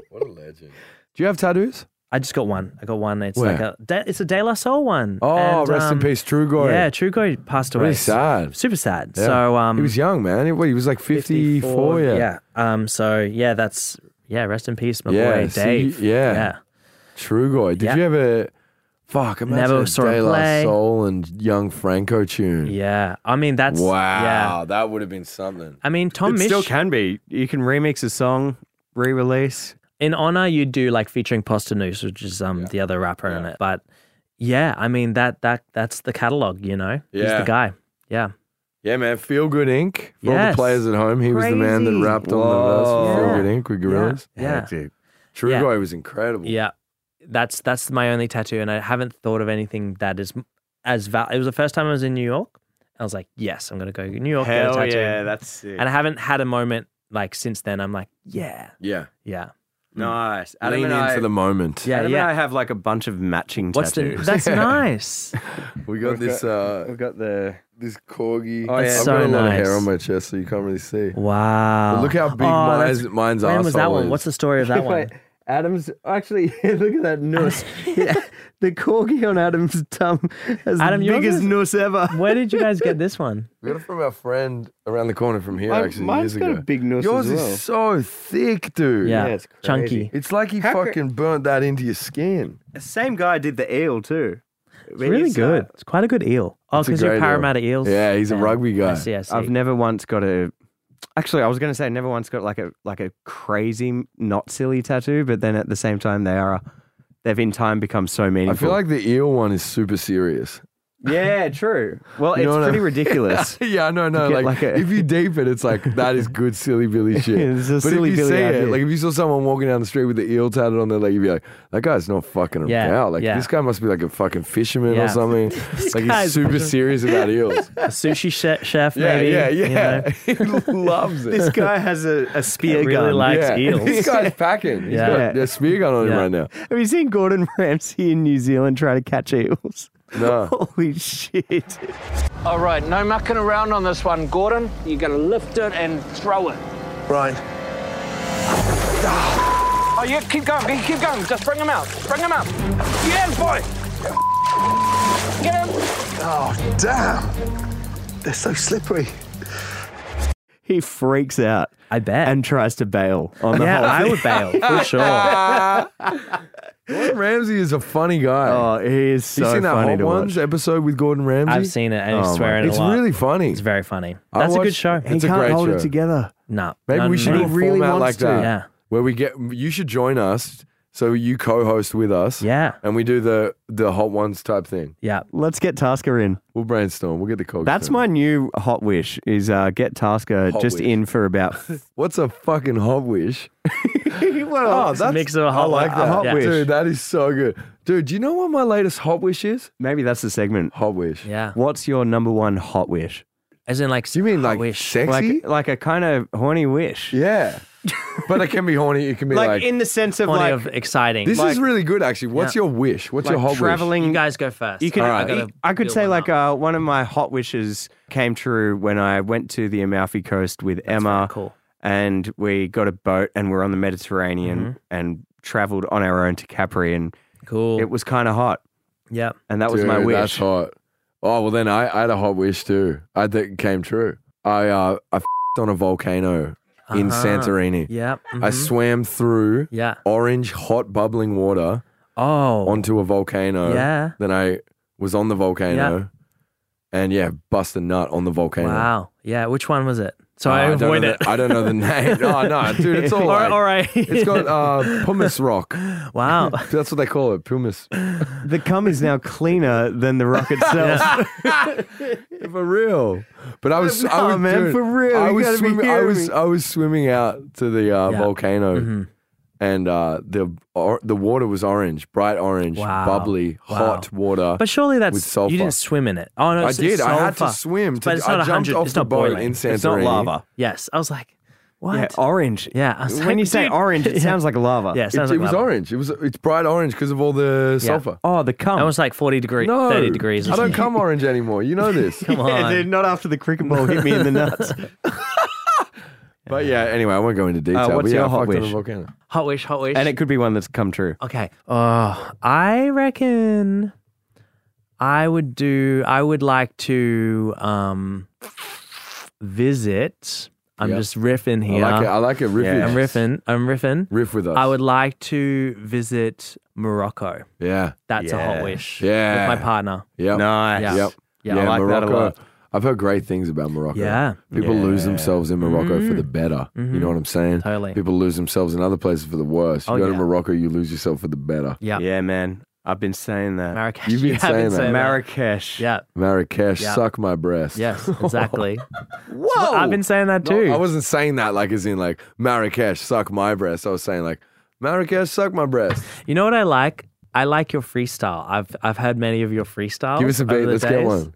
Speaker 3: What a legend. Do you have tattoos?
Speaker 6: I just got one. I got one. It's
Speaker 3: Where?
Speaker 6: like a da- it's a De La Soul one.
Speaker 3: Oh,
Speaker 6: And,
Speaker 3: rest in
Speaker 6: um,
Speaker 3: peace, Trugoy.
Speaker 6: Yeah, Trugo passed away.
Speaker 3: Really sad.
Speaker 6: Super sad.
Speaker 3: Yeah.
Speaker 6: So um,
Speaker 3: he was young, man. He, what, he was like 54, yeah.
Speaker 6: Yeah. Um. So yeah, that's yeah. Rest in peace, my
Speaker 3: Yeah,
Speaker 6: boy
Speaker 3: see,
Speaker 6: Dave.
Speaker 3: yeah.
Speaker 6: Yeah.
Speaker 3: Trugoy. Did
Speaker 6: Yeah.
Speaker 3: you ever? Fuck, imagine
Speaker 6: Never
Speaker 3: a
Speaker 6: saw him
Speaker 3: De La
Speaker 6: play.
Speaker 3: Soul and Young Franco tune.
Speaker 6: Yeah. I mean, that's
Speaker 3: Wow,
Speaker 6: Yeah.
Speaker 3: that would have been something.
Speaker 6: I mean, Tom
Speaker 2: it
Speaker 6: Misch
Speaker 2: still can be. You can remix a song, re-release.
Speaker 6: in honor you do like featuring Pasta Noose, which is um the other rapper in it. But yeah, I mean that that that's the catalog. You know, he's
Speaker 3: Yeah.
Speaker 6: the guy. Yeah.
Speaker 3: Yeah, man. Feel Good Inc. For all the
Speaker 6: Yes.
Speaker 3: players at home, he was the man that
Speaker 2: Crazy.
Speaker 3: rapped on the verse for
Speaker 6: Whoa.
Speaker 3: Feel Good Inc. with Gorillaz.
Speaker 6: Yeah.
Speaker 2: dude.
Speaker 3: Trugoy
Speaker 6: Yeah.
Speaker 3: was incredible.
Speaker 6: Yeah. That's that's my only tattoo, and I haven't thought of anything that is m- as val- it was the first time I was in New York. I was like, yes, I'm gonna go to New York. get a
Speaker 2: Hell
Speaker 6: tattoo.
Speaker 2: yeah, that's sick.
Speaker 6: And I haven't had a moment like since then. I'm like, yeah,
Speaker 3: Yeah.
Speaker 6: yeah.
Speaker 2: nice. Adam
Speaker 3: Lean
Speaker 2: and
Speaker 3: into
Speaker 2: I,
Speaker 3: the moment.
Speaker 6: Yeah.
Speaker 2: Adam and I have like a bunch of matching
Speaker 6: What's the?
Speaker 2: tattoos.
Speaker 6: That's nice.
Speaker 3: We got this uh
Speaker 2: We've got the
Speaker 3: this corgi.
Speaker 2: Oh, yeah.
Speaker 3: I've
Speaker 2: That's
Speaker 6: so
Speaker 3: got a lot of
Speaker 6: nice.
Speaker 3: hair on my chest, so you can't really see.
Speaker 6: Wow.
Speaker 3: But look how big
Speaker 6: Oh,
Speaker 3: mine's
Speaker 6: that's-
Speaker 3: mine's
Speaker 6: When was that
Speaker 3: arsehole
Speaker 6: one?
Speaker 3: is.
Speaker 6: What's the story of that one?
Speaker 2: Wait, Adam's actually look at that noose. yeah, the corgi on Adam's tum has
Speaker 6: Adam,
Speaker 2: the
Speaker 6: yours
Speaker 2: biggest
Speaker 6: is-
Speaker 2: noose ever.
Speaker 6: Where did you guys get this one?
Speaker 3: We got it from our friend around the corner from here,
Speaker 2: Mine-
Speaker 3: actually.
Speaker 2: mine's
Speaker 3: years
Speaker 2: got a
Speaker 3: ago.
Speaker 2: big noose
Speaker 3: Yours
Speaker 2: as well.
Speaker 3: is so thick, dude.
Speaker 6: Yeah,
Speaker 2: it's crazy.
Speaker 6: chunky.
Speaker 3: It's like he
Speaker 2: How cra-
Speaker 3: fucking burnt that into your skin.
Speaker 2: The same guy did the eel too.
Speaker 6: It's really good. It's quite a good eel. Oh,
Speaker 3: uh, It's a
Speaker 6: because you're
Speaker 3: great eel.
Speaker 6: Parramatta eels.
Speaker 3: Yeah, he's a
Speaker 6: fan.
Speaker 3: rugby guy.
Speaker 6: I see. I see.
Speaker 2: I've never once got a. Actually, I was going to say never once got like a like a crazy not silly tattoo, but then at the same time they are. They've in time become so
Speaker 3: I
Speaker 2: meaningful.
Speaker 3: feel like the eel one is super serious.
Speaker 2: yeah, true. Well,
Speaker 3: You know
Speaker 2: it's
Speaker 3: what I-
Speaker 2: pretty ridiculous.
Speaker 3: yeah, no, no.
Speaker 2: get
Speaker 3: Like,
Speaker 2: like a-
Speaker 3: if you deep it, it's like that is good silly Billy shit.
Speaker 2: It's a
Speaker 3: but
Speaker 2: silly
Speaker 3: if you
Speaker 2: Billy
Speaker 3: see it,
Speaker 2: idea.
Speaker 3: like if you saw someone walking down the street with the eel tatted on their leg, you'd be like, that guy's not fucking
Speaker 6: Yeah,
Speaker 3: around. Like
Speaker 6: yeah.
Speaker 3: this guy must be like a fucking fisherman
Speaker 6: Yeah.
Speaker 3: or something. like he's
Speaker 6: guy's
Speaker 3: super serious about eels.
Speaker 6: a sushi she- chef,
Speaker 3: yeah,
Speaker 6: maybe.
Speaker 3: yeah,
Speaker 6: you
Speaker 3: yeah.
Speaker 6: know.
Speaker 3: he loves it.
Speaker 2: this guy has a, a spear
Speaker 6: really
Speaker 2: gun.
Speaker 6: like- likes eels.
Speaker 3: This guy's packing. He's
Speaker 6: Yeah.
Speaker 3: got a spear gun on him
Speaker 6: Yeah.
Speaker 3: right now.
Speaker 2: Have you seen Gordon Ramsay in New Zealand try to catch eels?
Speaker 3: No.
Speaker 2: Holy shit!
Speaker 1: All right, no mucking around on this one, Gordon. You're going to lift it and throw it. Right. Oh, yeah, keep going, keep keep going. Just bring him out. Bring him out. Yes, boy. Get him.
Speaker 7: They're so slippery.
Speaker 2: He freaks out
Speaker 6: I bet.
Speaker 2: and tries to bail on the
Speaker 6: yeah,
Speaker 2: whole.
Speaker 6: I would bail for sure.
Speaker 3: Gordon Ramsey is a funny guy.
Speaker 2: Oh, he is so
Speaker 3: you seen that
Speaker 2: funny
Speaker 3: Hot
Speaker 2: to
Speaker 3: Ones
Speaker 2: watch.
Speaker 3: episode with Gordon Ramsay?
Speaker 6: I've seen it. and I swear it
Speaker 3: Oh, It's
Speaker 6: a lot.
Speaker 3: really funny.
Speaker 6: It's very funny.
Speaker 3: I
Speaker 6: That's a good
Speaker 3: watched-
Speaker 6: show.
Speaker 3: He It's a
Speaker 2: he can't
Speaker 3: can't great
Speaker 2: hold
Speaker 3: hold it show.
Speaker 2: it together.
Speaker 6: No,
Speaker 3: Maybe
Speaker 6: no,
Speaker 3: we should
Speaker 6: no,
Speaker 3: do a
Speaker 6: no.
Speaker 2: really
Speaker 3: format
Speaker 2: wants
Speaker 3: like
Speaker 2: to.
Speaker 3: that.
Speaker 6: Yeah.
Speaker 3: Where we get you should join us so you co-host with us.
Speaker 6: Yeah.
Speaker 3: And we do the the hot ones type thing.
Speaker 6: Yeah.
Speaker 2: Let's get Tasker in.
Speaker 3: We'll brainstorm. We'll get the cogs.
Speaker 2: That's
Speaker 3: in.
Speaker 2: my new hot wish: is uh, get Tasker
Speaker 3: Hot
Speaker 2: just
Speaker 3: wish.
Speaker 2: in for about.
Speaker 3: What's a fucking hot wish?
Speaker 2: well,
Speaker 6: Oh, It's a mix of a hot,
Speaker 3: I like that.
Speaker 2: hot
Speaker 6: yeah.
Speaker 2: wish.
Speaker 3: Dude, that is so good. Dude, do you know what my latest hot wish is?
Speaker 2: maybe that's the segment.
Speaker 3: Hot wish.
Speaker 6: Yeah.
Speaker 2: What's your number one hot wish?
Speaker 6: As in, like,
Speaker 3: Do you mean
Speaker 6: hot
Speaker 3: like
Speaker 6: wish.
Speaker 3: sexy?
Speaker 2: Like, like a kind of horny wish.
Speaker 3: yeah. but it can be horny. It can be like,
Speaker 2: Like, in the sense of
Speaker 6: Plenty
Speaker 2: like,
Speaker 6: of exciting?
Speaker 3: this
Speaker 2: like-
Speaker 3: is really good actually. What's your wish? What's your hot
Speaker 2: like traveling.
Speaker 6: you guys go first.
Speaker 2: You could,
Speaker 6: I- I
Speaker 3: Alright.
Speaker 6: gotta
Speaker 2: I could
Speaker 6: build
Speaker 2: say
Speaker 6: one
Speaker 2: like
Speaker 6: up.
Speaker 2: uh, one of my hot wishes came true when I went to the Amalfi Coast with Emma,
Speaker 6: very cool.
Speaker 2: and we got a boat and we're on the Mediterranean
Speaker 6: Mm-hmm.
Speaker 2: and traveled on our own to Capri, and
Speaker 6: cool.
Speaker 2: it was kind of hot,
Speaker 6: yep.
Speaker 2: and that
Speaker 3: wish?
Speaker 2: was my
Speaker 3: Dude,
Speaker 2: wish.
Speaker 3: That's hot. Oh well, then I, I had a hot wish too. I think it came true. I uh I f***ed on a volcano in
Speaker 6: Uh-huh.
Speaker 3: Santorini.
Speaker 6: Yep.
Speaker 3: I
Speaker 6: mhm.
Speaker 3: swam through
Speaker 6: Yeah.
Speaker 3: orange hot bubbling water
Speaker 6: Oh.
Speaker 3: onto a volcano.
Speaker 6: Yeah.
Speaker 3: Then I was on the volcano, and yeah, bust a nut on the volcano.
Speaker 6: Wow. Yeah. Which one was it? So
Speaker 3: Uh,
Speaker 6: I
Speaker 3: don't
Speaker 6: avoid
Speaker 3: know
Speaker 6: it.
Speaker 3: The, I don't know the name. Oh no, dude, it's all
Speaker 6: All
Speaker 3: right.
Speaker 6: right. All right.
Speaker 3: It's got uh, pumice rock.
Speaker 6: wow.
Speaker 3: That's what they call it, pumice.
Speaker 2: The cum is now cleaner than the rock itself.
Speaker 3: For real. But I was, I
Speaker 2: Nah,
Speaker 3: was
Speaker 2: man,
Speaker 3: dude,
Speaker 2: for real,
Speaker 3: I
Speaker 2: you
Speaker 3: was,
Speaker 2: gotta be
Speaker 3: swimming, I
Speaker 2: kidding
Speaker 3: was,
Speaker 2: me.
Speaker 3: I was swimming out to the uh,
Speaker 6: Yeah.
Speaker 3: volcano,
Speaker 6: Mhm.
Speaker 3: and uh, the or, the water was orange, bright orange,
Speaker 6: Wow.
Speaker 3: bubbly,
Speaker 6: Wow.
Speaker 3: hot water.
Speaker 6: But surely
Speaker 3: With
Speaker 6: that's
Speaker 3: sulfur.
Speaker 6: you didn't swim in it. Oh no,
Speaker 3: I
Speaker 6: it's,
Speaker 3: did.
Speaker 6: It's
Speaker 3: I had to
Speaker 6: sulfur.
Speaker 3: swim. To,
Speaker 6: but it's
Speaker 3: I
Speaker 6: not
Speaker 3: jumped
Speaker 6: 100.
Speaker 3: off
Speaker 6: It's
Speaker 3: the
Speaker 6: not
Speaker 3: boat
Speaker 6: boiling.
Speaker 3: in
Speaker 6: It's
Speaker 3: Santorini.
Speaker 2: it's not lava.
Speaker 6: Yes, I was like, what?
Speaker 2: Yeah, orange.
Speaker 6: Yeah, I was
Speaker 2: When
Speaker 6: like,
Speaker 2: you say
Speaker 6: dude.
Speaker 2: orange, it sounds like lava.
Speaker 6: yeah,
Speaker 3: oh, It,
Speaker 6: sounds
Speaker 3: it
Speaker 6: like
Speaker 3: was
Speaker 6: lava.
Speaker 3: orange. It was it's bright orange because of all the
Speaker 6: Yeah.
Speaker 3: sulfur.
Speaker 2: Oh, the cum.
Speaker 6: That was like forty degrees,
Speaker 3: No,
Speaker 6: thirty degrees. or
Speaker 3: I don't
Speaker 6: something.
Speaker 3: come orange anymore. You know this.
Speaker 6: Come
Speaker 2: yeah,
Speaker 6: on.
Speaker 2: dude, not after the cricket ball hit me in the nuts.
Speaker 3: but yeah, anyway, I won't go into detail.
Speaker 2: what's
Speaker 3: but yeah,
Speaker 2: your
Speaker 3: I
Speaker 2: hot
Speaker 3: fucked on a
Speaker 2: wish?
Speaker 3: volcano.
Speaker 6: hot wish, hot wish.
Speaker 2: and it could be one that's come true.
Speaker 6: okay. Oh, I reckon I would do. I would like to um visit. I'm
Speaker 3: Yeah.
Speaker 6: just riffing here.
Speaker 3: I like it. I like it. Riff
Speaker 2: Yeah.
Speaker 3: it.
Speaker 6: I'm riffing. I'm riffing.
Speaker 3: Riff with us.
Speaker 6: I would like to visit Morocco.
Speaker 3: Yeah.
Speaker 6: That's a
Speaker 2: Yeah.
Speaker 6: hot wish.
Speaker 3: Yeah.
Speaker 6: With my partner.
Speaker 3: Yep.
Speaker 2: Nice.
Speaker 6: Yeah.
Speaker 3: Yep.
Speaker 6: Yeah,
Speaker 2: I like that a
Speaker 3: Morocco.
Speaker 2: lot.
Speaker 3: I've heard great things about Morocco.
Speaker 6: Yeah. Mm-hmm.
Speaker 3: People lose
Speaker 2: Yeah.
Speaker 3: themselves in Morocco for the better. You know what I'm saying?
Speaker 6: Totally.
Speaker 3: People lose themselves in other places for the worse. You
Speaker 6: Oh,
Speaker 3: go to
Speaker 6: yeah.
Speaker 3: Morocco, you lose yourself for the better.
Speaker 6: Yeah.
Speaker 2: Yeah, man. I've been saying that.
Speaker 6: Marrakesh.
Speaker 3: You've been
Speaker 6: You have
Speaker 3: saying
Speaker 6: been
Speaker 3: that.
Speaker 2: Marrakesh.
Speaker 6: Yeah.
Speaker 3: Marrakesh,
Speaker 6: Yeah.
Speaker 3: suck my breast.
Speaker 6: Yes, exactly.
Speaker 3: Whoa.
Speaker 6: I've been saying that
Speaker 3: Oh. No,
Speaker 6: too.
Speaker 3: I wasn't saying that like as in like Marrakesh, suck my breast. I was saying like Marrakesh, suck my breast.
Speaker 6: you know what I like? I like your freestyle. I've I've heard many of your freestyles.
Speaker 3: Give us a
Speaker 6: over
Speaker 3: beat.
Speaker 6: the
Speaker 3: Let's get
Speaker 6: days.
Speaker 3: one.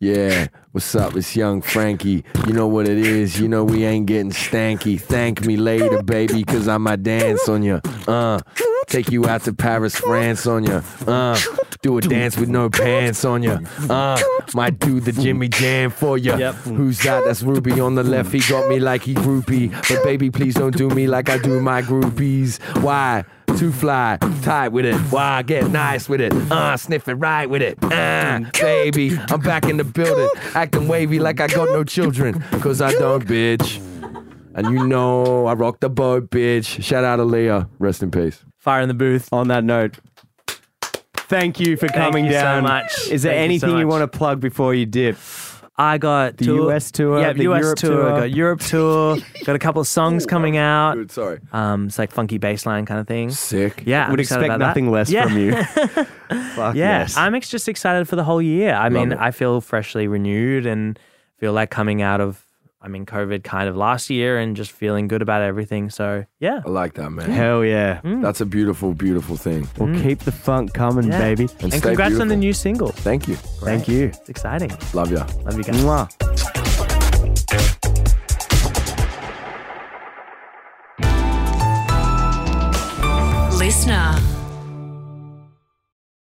Speaker 3: Yeah, what's up? It's young Frankie. You know what it is. You know we ain't getting stanky. Thank me later, baby, cause I might dance on ya. Uh, take you out to Paris, France on ya. Uh, do a dance with no pants on ya. Uh, might do the Jimmy Jam for ya.
Speaker 6: Yep.
Speaker 3: Who's that? That's Ruby on the left. He got me like he groupie. But baby, please don't do me like I do my groupies. Why? Too fly, tight with it. Why get nice with it? Uh, sniff it right with it. Uh, baby, I'm back in the building, acting wavy like I got no children. Cause I don't, bitch. And you know I rock the boat, bitch. Shout out to Leah. Rest in peace.
Speaker 6: Fire in the booth.
Speaker 2: On that note, thank you for coming
Speaker 6: you so
Speaker 2: down.
Speaker 6: much.
Speaker 2: Is there
Speaker 6: Thank you so
Speaker 2: anything you,
Speaker 6: much.
Speaker 2: want to plug before you dip?
Speaker 6: I got
Speaker 2: The
Speaker 6: tour-
Speaker 2: US tour,
Speaker 6: Yeah,
Speaker 2: the
Speaker 6: US
Speaker 2: Europe
Speaker 6: tour.
Speaker 2: tour.
Speaker 6: I got Europe tour. got a couple of songs coming out.
Speaker 3: sorry.
Speaker 6: Um, it's like funky bassline kind of thing.
Speaker 3: Sick.
Speaker 6: Yeah,
Speaker 2: Would
Speaker 6: I'm excited
Speaker 2: expect
Speaker 6: about that.
Speaker 2: nothing less
Speaker 6: Yeah.
Speaker 2: from you. Fuck
Speaker 6: Yeah,
Speaker 2: yes.
Speaker 6: I'm ex- just excited for the whole year. I mean,
Speaker 3: it.
Speaker 6: I feel freshly renewed and feel like coming out of, I mean, COVID kind of last year and just feeling good about everything. So yeah,
Speaker 3: I like that, man.
Speaker 2: Hell yeah.
Speaker 3: That's a beautiful, beautiful thing.
Speaker 2: Well, keep the funk coming,
Speaker 6: Mm-hmm. Yeah.
Speaker 2: baby.
Speaker 6: and,
Speaker 3: stay
Speaker 6: congrats on the
Speaker 3: beautiful.
Speaker 6: new single.
Speaker 3: Thank you.
Speaker 2: Thank you.
Speaker 6: It's exciting.
Speaker 3: Love ya.
Speaker 6: Love you guys.
Speaker 2: Mwah.
Speaker 8: Listener.